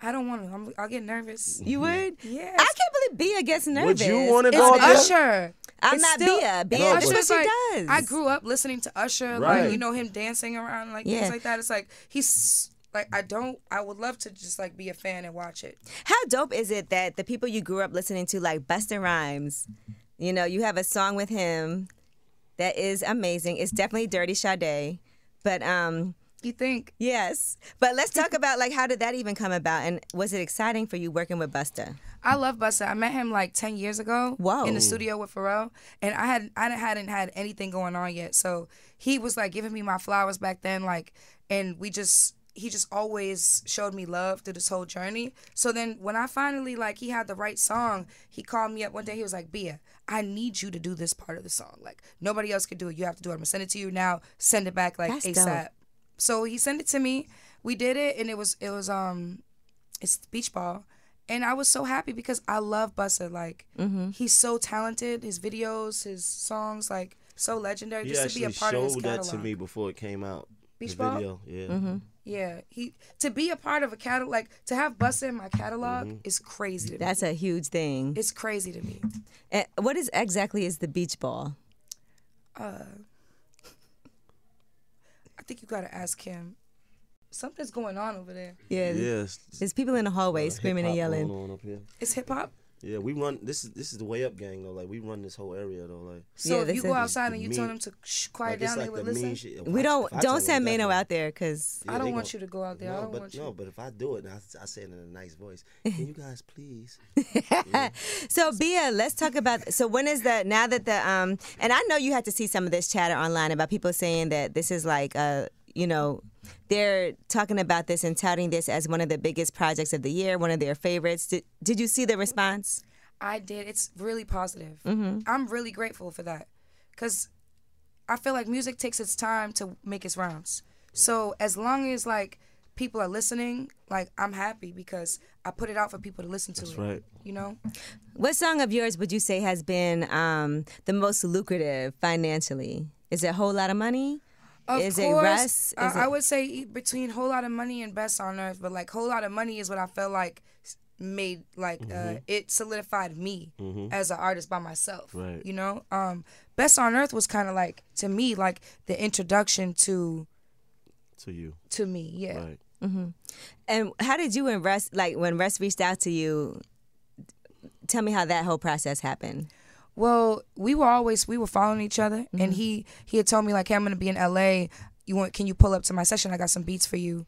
[SPEAKER 7] I don't want to. I'm, I'll get nervous.
[SPEAKER 1] You would?
[SPEAKER 7] Yes.
[SPEAKER 1] I can't believe Bia gets nervous.
[SPEAKER 6] Would you want to
[SPEAKER 7] It's
[SPEAKER 6] go up there?
[SPEAKER 7] Usher.
[SPEAKER 1] I'm
[SPEAKER 7] It's
[SPEAKER 1] not
[SPEAKER 7] still-
[SPEAKER 1] Bia. Bia,
[SPEAKER 7] No,
[SPEAKER 1] that's
[SPEAKER 7] but-
[SPEAKER 1] what she
[SPEAKER 7] like,
[SPEAKER 1] does.
[SPEAKER 7] I grew up listening to Usher,
[SPEAKER 1] Right.
[SPEAKER 7] like you know him dancing around, like
[SPEAKER 1] Yeah.
[SPEAKER 7] things like that. It's like he's like I don't. I would love to just like be a fan and watch it.
[SPEAKER 1] How dope is it that the people you grew up listening to, like Busta Rhymes, you know, you have a song with him that is amazing. It's definitely Dirty Sade, but um,
[SPEAKER 7] you think
[SPEAKER 1] yes. But let's talk about like how did that even come about, and was it exciting for you working with Busta?
[SPEAKER 7] I love Busta. I met him like ten years ago.
[SPEAKER 1] Whoa.
[SPEAKER 7] In the studio with Pharrell, and I had I hadn't had anything going on yet, so he was like giving me my flowers back then, like, and we just he just always showed me love through this whole journey. So then when I finally like he had the right song, he called me up one day. He was like, "Bia, I need you to do this part of the song. Like nobody else could do it. You have to do it. I'm gonna send it to you now. Send it back like
[SPEAKER 1] That's dope.
[SPEAKER 7] ASAP." So he sent it to me. We did it, and it was it was um, it's beach ball, and I was so happy because I love Busta. Like
[SPEAKER 1] Mhm.
[SPEAKER 7] he's so talented. His videos, his songs, like so legendary.
[SPEAKER 6] He
[SPEAKER 7] Just to
[SPEAKER 6] actually
[SPEAKER 7] be a part of his
[SPEAKER 6] showed that
[SPEAKER 7] catalog.
[SPEAKER 6] to me before it came out.
[SPEAKER 7] Beach
[SPEAKER 6] the
[SPEAKER 7] Ball?
[SPEAKER 6] video, yeah.
[SPEAKER 1] Mm-hmm.
[SPEAKER 7] Yeah, he to be a part of a catalog, like to have Busta in my catalog
[SPEAKER 6] Mm-hmm.
[SPEAKER 1] Mhm.
[SPEAKER 7] is crazy. To
[SPEAKER 1] That's a huge thing.
[SPEAKER 7] me. it's crazy to me.
[SPEAKER 1] And what is exactly is the beach ball?
[SPEAKER 7] Uh, I think you gotta ask him. Something's going on over there.
[SPEAKER 1] Yeah,
[SPEAKER 6] Yes. Uh,
[SPEAKER 1] there's people in the hallway screaming and
[SPEAKER 6] Hip-hop
[SPEAKER 1] yelling.
[SPEAKER 6] going on up here.
[SPEAKER 7] It's hip hop.
[SPEAKER 6] Yeah, we run. This is this is the way up gang though. Like we run this whole area though. Like
[SPEAKER 7] So if you go outside
[SPEAKER 6] The
[SPEAKER 7] and you
[SPEAKER 6] mean-
[SPEAKER 7] tell them to shh,
[SPEAKER 6] like,
[SPEAKER 7] quiet
[SPEAKER 6] it's
[SPEAKER 7] down,
[SPEAKER 6] like
[SPEAKER 7] they would
[SPEAKER 6] the mean
[SPEAKER 7] listen.
[SPEAKER 6] shit. If I-
[SPEAKER 1] We don't
[SPEAKER 6] if I tell
[SPEAKER 1] don't
[SPEAKER 6] them
[SPEAKER 1] send
[SPEAKER 6] that,
[SPEAKER 1] Mano
[SPEAKER 6] like-
[SPEAKER 1] out there because
[SPEAKER 6] Yeah,
[SPEAKER 7] I
[SPEAKER 6] they
[SPEAKER 7] don't want
[SPEAKER 6] gon-
[SPEAKER 7] you to go out there. I
[SPEAKER 6] No,
[SPEAKER 7] don't
[SPEAKER 6] but
[SPEAKER 7] want you.
[SPEAKER 6] no, but if I do it, and I, I say it in a nice voice. Can you guys please?
[SPEAKER 1] So Bia, let's talk about. So when is the now that the um and I know you had to see some of this chatter online about people saying that this is like uh you know they're talking about this and touting this as one of the biggest projects of the year, one of their favorites. Did, did you see the response?
[SPEAKER 7] I did. It's really positive.
[SPEAKER 1] Mhm.
[SPEAKER 7] I'm really grateful for that because I feel like music takes its time to make its rounds. So as long as like people are listening, like I'm happy because I put it out for people to listen to it.
[SPEAKER 1] right.
[SPEAKER 7] You know,
[SPEAKER 1] What song of yours would you say has been um the most lucrative financially? Is it a whole lot of money?
[SPEAKER 7] of
[SPEAKER 1] is
[SPEAKER 7] course,
[SPEAKER 1] it Russ? Is
[SPEAKER 7] I,
[SPEAKER 1] it-
[SPEAKER 7] I would say e- between whole lot of money and best on earth, but like whole lot of money is what I felt like s- made like uh,
[SPEAKER 1] Mm-hmm.
[SPEAKER 8] Mhm.
[SPEAKER 7] it solidified me
[SPEAKER 8] Mhm.
[SPEAKER 7] as an artist by myself.
[SPEAKER 8] Right.
[SPEAKER 7] You know, um, best on earth was kind of like to me like the introduction to
[SPEAKER 6] To you.
[SPEAKER 7] to me. Yeah.
[SPEAKER 1] hmm And how did you and Russ like when Russ reached out to you? Tell me how that whole process happened.
[SPEAKER 7] Well, we were always we were following each other,
[SPEAKER 1] Mhm.
[SPEAKER 7] and he he had told me like, "Hey, I'm gonna be in L.A. You want? Can you pull up to my session? I got some beats for you.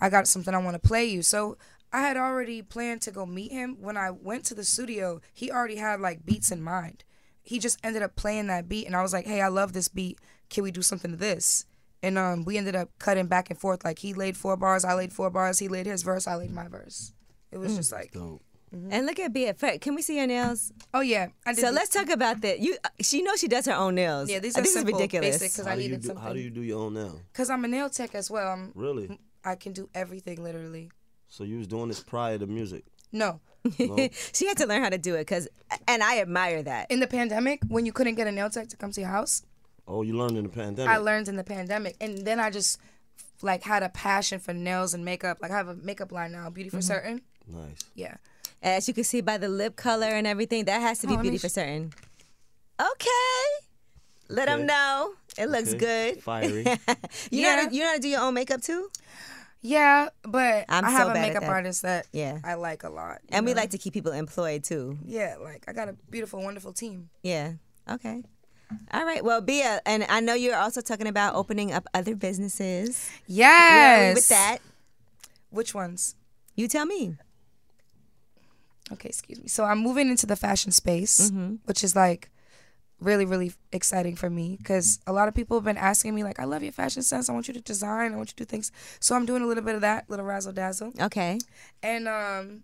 [SPEAKER 7] I got something I want to play you." So I had already planned to go meet him. When I went to the studio, he already had like beats in mind. He just ended up playing that beat, and I was like, "Hey, I love this beat. Can we do something to this?" And um, we ended up cutting back and forth. Like he laid four bars, I laid four bars. He laid his verse, I laid my verse. It
[SPEAKER 1] Mm.
[SPEAKER 7] was just like
[SPEAKER 1] And look at Bia. Fir- Can we see your nails?
[SPEAKER 7] Oh yeah. I did
[SPEAKER 1] so
[SPEAKER 7] these-
[SPEAKER 1] let's talk about that. You, she knows she does her own nails.
[SPEAKER 7] Yeah, these
[SPEAKER 1] Uh,
[SPEAKER 7] are
[SPEAKER 1] this
[SPEAKER 7] simple,
[SPEAKER 1] is ridiculous.
[SPEAKER 7] basic, 'cause I
[SPEAKER 6] How do you
[SPEAKER 7] needed
[SPEAKER 6] do? How do
[SPEAKER 7] something.
[SPEAKER 6] you do your own now?
[SPEAKER 7] Cause I'm a nail tech as well. I'm,
[SPEAKER 6] Really?
[SPEAKER 7] I can do everything literally.
[SPEAKER 6] So you was doing this prior to music.
[SPEAKER 7] No.
[SPEAKER 6] No.
[SPEAKER 1] she had to learn how to do it because, and I admire that.
[SPEAKER 7] In the pandemic, when you couldn't get a nail tech to come to your house,
[SPEAKER 6] Oh, you learned in the pandemic.
[SPEAKER 7] I learned in the pandemic, and then I just like had a passion for nails and makeup. Like I have a makeup line now, Beauty for
[SPEAKER 1] Mhm.
[SPEAKER 7] Certain.
[SPEAKER 6] Nice.
[SPEAKER 7] Yeah.
[SPEAKER 1] As you can see by the lip color and everything, that has to be
[SPEAKER 7] Oh, let me
[SPEAKER 1] beauty for
[SPEAKER 7] sh-
[SPEAKER 1] certain. Okay, let them
[SPEAKER 7] Okay.
[SPEAKER 1] know it looks
[SPEAKER 7] Okay.
[SPEAKER 1] good.
[SPEAKER 6] Fiery.
[SPEAKER 1] you know, how to, you know how to do your own makeup too.
[SPEAKER 7] Yeah, but
[SPEAKER 1] I'm
[SPEAKER 7] I
[SPEAKER 1] so
[SPEAKER 7] have a
[SPEAKER 1] bad at
[SPEAKER 7] makeup
[SPEAKER 1] that.
[SPEAKER 7] artist that
[SPEAKER 1] Yeah.
[SPEAKER 7] I like a lot. you
[SPEAKER 1] And we
[SPEAKER 7] know?
[SPEAKER 1] like to keep people employed too.
[SPEAKER 7] Yeah, like I got a beautiful, wonderful team.
[SPEAKER 1] Yeah. Okay. All right. Well, Bia, and I know you're also talking about opening up other businesses. Where are we
[SPEAKER 7] Yes.
[SPEAKER 1] with that?
[SPEAKER 7] Which ones?
[SPEAKER 1] You tell me.
[SPEAKER 7] Okay, excuse me. So I'm moving into the fashion space,
[SPEAKER 1] Mm-hmm.
[SPEAKER 7] which is like really, really exciting for me because a lot of people have been asking me, like, I love your fashion sense. I want you to design. I want you to do things. So I'm doing a little bit of that, little razzle dazzle.
[SPEAKER 1] Okay.
[SPEAKER 7] And um,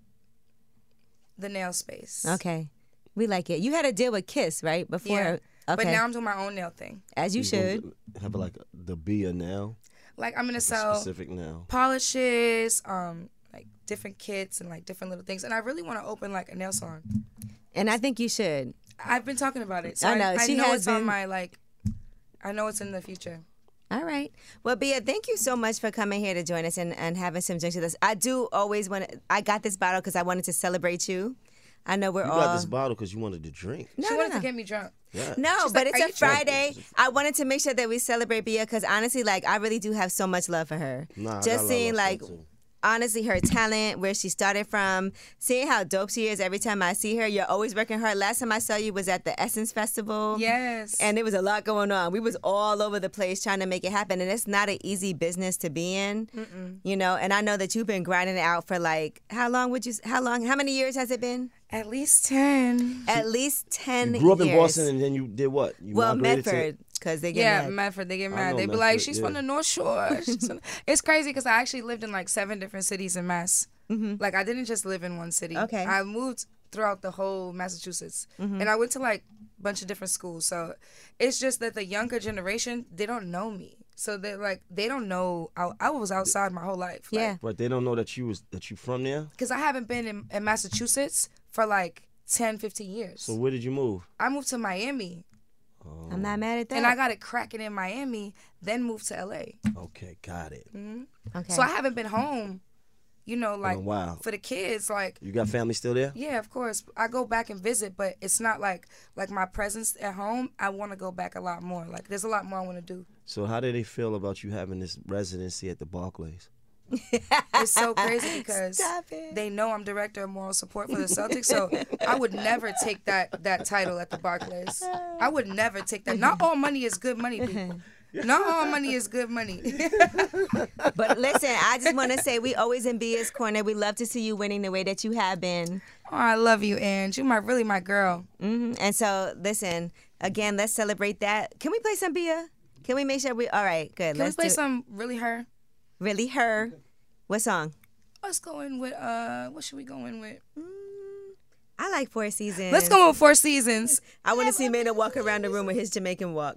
[SPEAKER 7] the nail space.
[SPEAKER 1] Okay. We like it. You had a deal with Kiss, right? Before.
[SPEAKER 7] Yeah.
[SPEAKER 1] Okay.
[SPEAKER 7] But now I'm doing my own nail thing.
[SPEAKER 1] As you
[SPEAKER 6] gonna
[SPEAKER 1] should.
[SPEAKER 6] Have like the beer now.
[SPEAKER 7] Like, I'm going to
[SPEAKER 6] a
[SPEAKER 7] sell
[SPEAKER 6] specific now.
[SPEAKER 7] polishes, um, like different kits and like different little things. And I really want to open like a nail salon.
[SPEAKER 1] And I think you should.
[SPEAKER 7] I've been talking about it. So
[SPEAKER 1] I
[SPEAKER 7] I
[SPEAKER 1] know,
[SPEAKER 7] know, I,
[SPEAKER 1] she
[SPEAKER 7] know
[SPEAKER 1] has
[SPEAKER 7] it's
[SPEAKER 1] been.
[SPEAKER 7] on my like, I know it's in the future.
[SPEAKER 1] All right. Well, Bia, thank you so much for coming here to join us and, and having some drinks with us. I do always want to, I got this bottle because I wanted to celebrate you. I know we're
[SPEAKER 6] you
[SPEAKER 1] all.
[SPEAKER 6] got this bottle because you wanted to drink.
[SPEAKER 1] No,
[SPEAKER 7] she
[SPEAKER 1] no,
[SPEAKER 7] wanted
[SPEAKER 1] no.
[SPEAKER 7] to get me drunk.
[SPEAKER 6] Yeah.
[SPEAKER 1] No,
[SPEAKER 7] She's
[SPEAKER 1] but
[SPEAKER 7] like,
[SPEAKER 1] it's
[SPEAKER 7] "Are
[SPEAKER 1] a
[SPEAKER 7] you sure?"
[SPEAKER 1] Friday. I wanted to make sure that we celebrate Bia because honestly, like I really do have so much love for her.
[SPEAKER 6] Nah, I got a lot
[SPEAKER 1] Just
[SPEAKER 6] of
[SPEAKER 1] seeing
[SPEAKER 6] love
[SPEAKER 1] like
[SPEAKER 6] for her, too.
[SPEAKER 1] honestly her talent, where she started from, seeing how dope she is every time I see her. You're always working hard. Last time I saw you was at the Essence Festival.
[SPEAKER 7] Yes.
[SPEAKER 1] And there was a lot going on. We was all over the place trying to make it happen. And it's not an easy business to be in. You know, and I know that you've been grinding it out for like how long would you how long how many years has it been?
[SPEAKER 7] At least ten.
[SPEAKER 1] At least ten
[SPEAKER 6] You grew up
[SPEAKER 1] years.
[SPEAKER 6] in Boston and then you did what? You
[SPEAKER 1] Well,
[SPEAKER 6] migrated to-
[SPEAKER 1] Medford, because they get
[SPEAKER 7] Yeah,
[SPEAKER 1] mad.
[SPEAKER 7] Medford, they get
[SPEAKER 6] I
[SPEAKER 7] mad.
[SPEAKER 6] know
[SPEAKER 7] They be like,
[SPEAKER 6] Medford,
[SPEAKER 7] she's
[SPEAKER 6] yeah.
[SPEAKER 7] from the North Shore. She's from- it's crazy because I actually lived in like seven different cities in Mass. Like I didn't just live in one city.
[SPEAKER 1] Mm-hmm. Okay. Mm-hmm.
[SPEAKER 7] I moved throughout the whole Massachusetts, and I went to like a bunch of different schools. So it's just that the younger generation they don't know me. So they're like they don't know I, I was outside my whole life. Like,
[SPEAKER 1] Yeah.
[SPEAKER 6] But they don't know that you was that you from there.
[SPEAKER 7] because I haven't been in, in Massachusetts for like 10, 15 years.
[SPEAKER 6] So where did you move?
[SPEAKER 7] I moved to Miami
[SPEAKER 1] I'm not mad at that.
[SPEAKER 7] and I got it cracking in Miami, then moved to LA.
[SPEAKER 6] Okay, got it.
[SPEAKER 1] okay.
[SPEAKER 7] So I haven't been home, you know, like
[SPEAKER 6] a while.
[SPEAKER 7] for the kids, like
[SPEAKER 6] You
[SPEAKER 1] Mm-hmm.
[SPEAKER 6] got family still there?
[SPEAKER 7] yeah, of course. I go back and visit, but it's not like like my presence at home. I want to go back a lot more. Like there's a lot more I want to do.
[SPEAKER 6] So how did they feel about you having this residency at the Barclays?
[SPEAKER 7] It's so crazy because
[SPEAKER 1] Stop it.
[SPEAKER 7] they know I'm director of moral support for the Celtics. So I would never take that that title at the Barclays. I would never take that. Not all money is good money, people. Not all money is good money.
[SPEAKER 1] But listen, I just want to say we always in Bia's corner. We love to see you winning the way that you have been.
[SPEAKER 7] Oh, I love you, Ange. You my really my girl.
[SPEAKER 1] hmm And so, listen, again, let's celebrate that. Can we play some Bia? Can we make sure we? All right, good.
[SPEAKER 7] Can
[SPEAKER 1] let's
[SPEAKER 7] we play
[SPEAKER 1] do
[SPEAKER 7] some really her?
[SPEAKER 1] Really her. What song?
[SPEAKER 7] Let's go in with uh what should we go in with?
[SPEAKER 1] I like Four Seasons.
[SPEAKER 7] Let's go with four seasons.
[SPEAKER 1] I want to see Mena walk around the room with his Jamaican walk.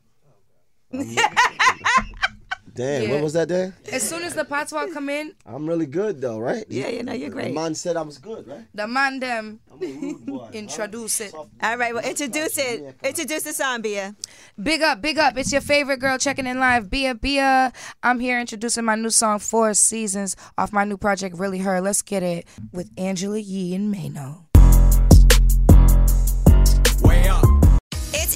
[SPEAKER 6] Damn,
[SPEAKER 7] Yeah.
[SPEAKER 6] what was that day?
[SPEAKER 7] As soon as the Patois come in,
[SPEAKER 6] I'm really good though, right?
[SPEAKER 1] Yeah, you know you're great.
[SPEAKER 6] Mine said I was good, right?
[SPEAKER 7] the man them
[SPEAKER 6] I'm a rude boy.
[SPEAKER 7] introduce it.
[SPEAKER 1] All right, well, introduce it. Introduce the song, Bia.
[SPEAKER 7] Big up, big up. It's your favorite girl checking in live, Bia Bia. I'm here introducing my new song, Four Seasons, off my new project, Really Her. Let's get it with Angela Yee and Mano.
[SPEAKER 9] It's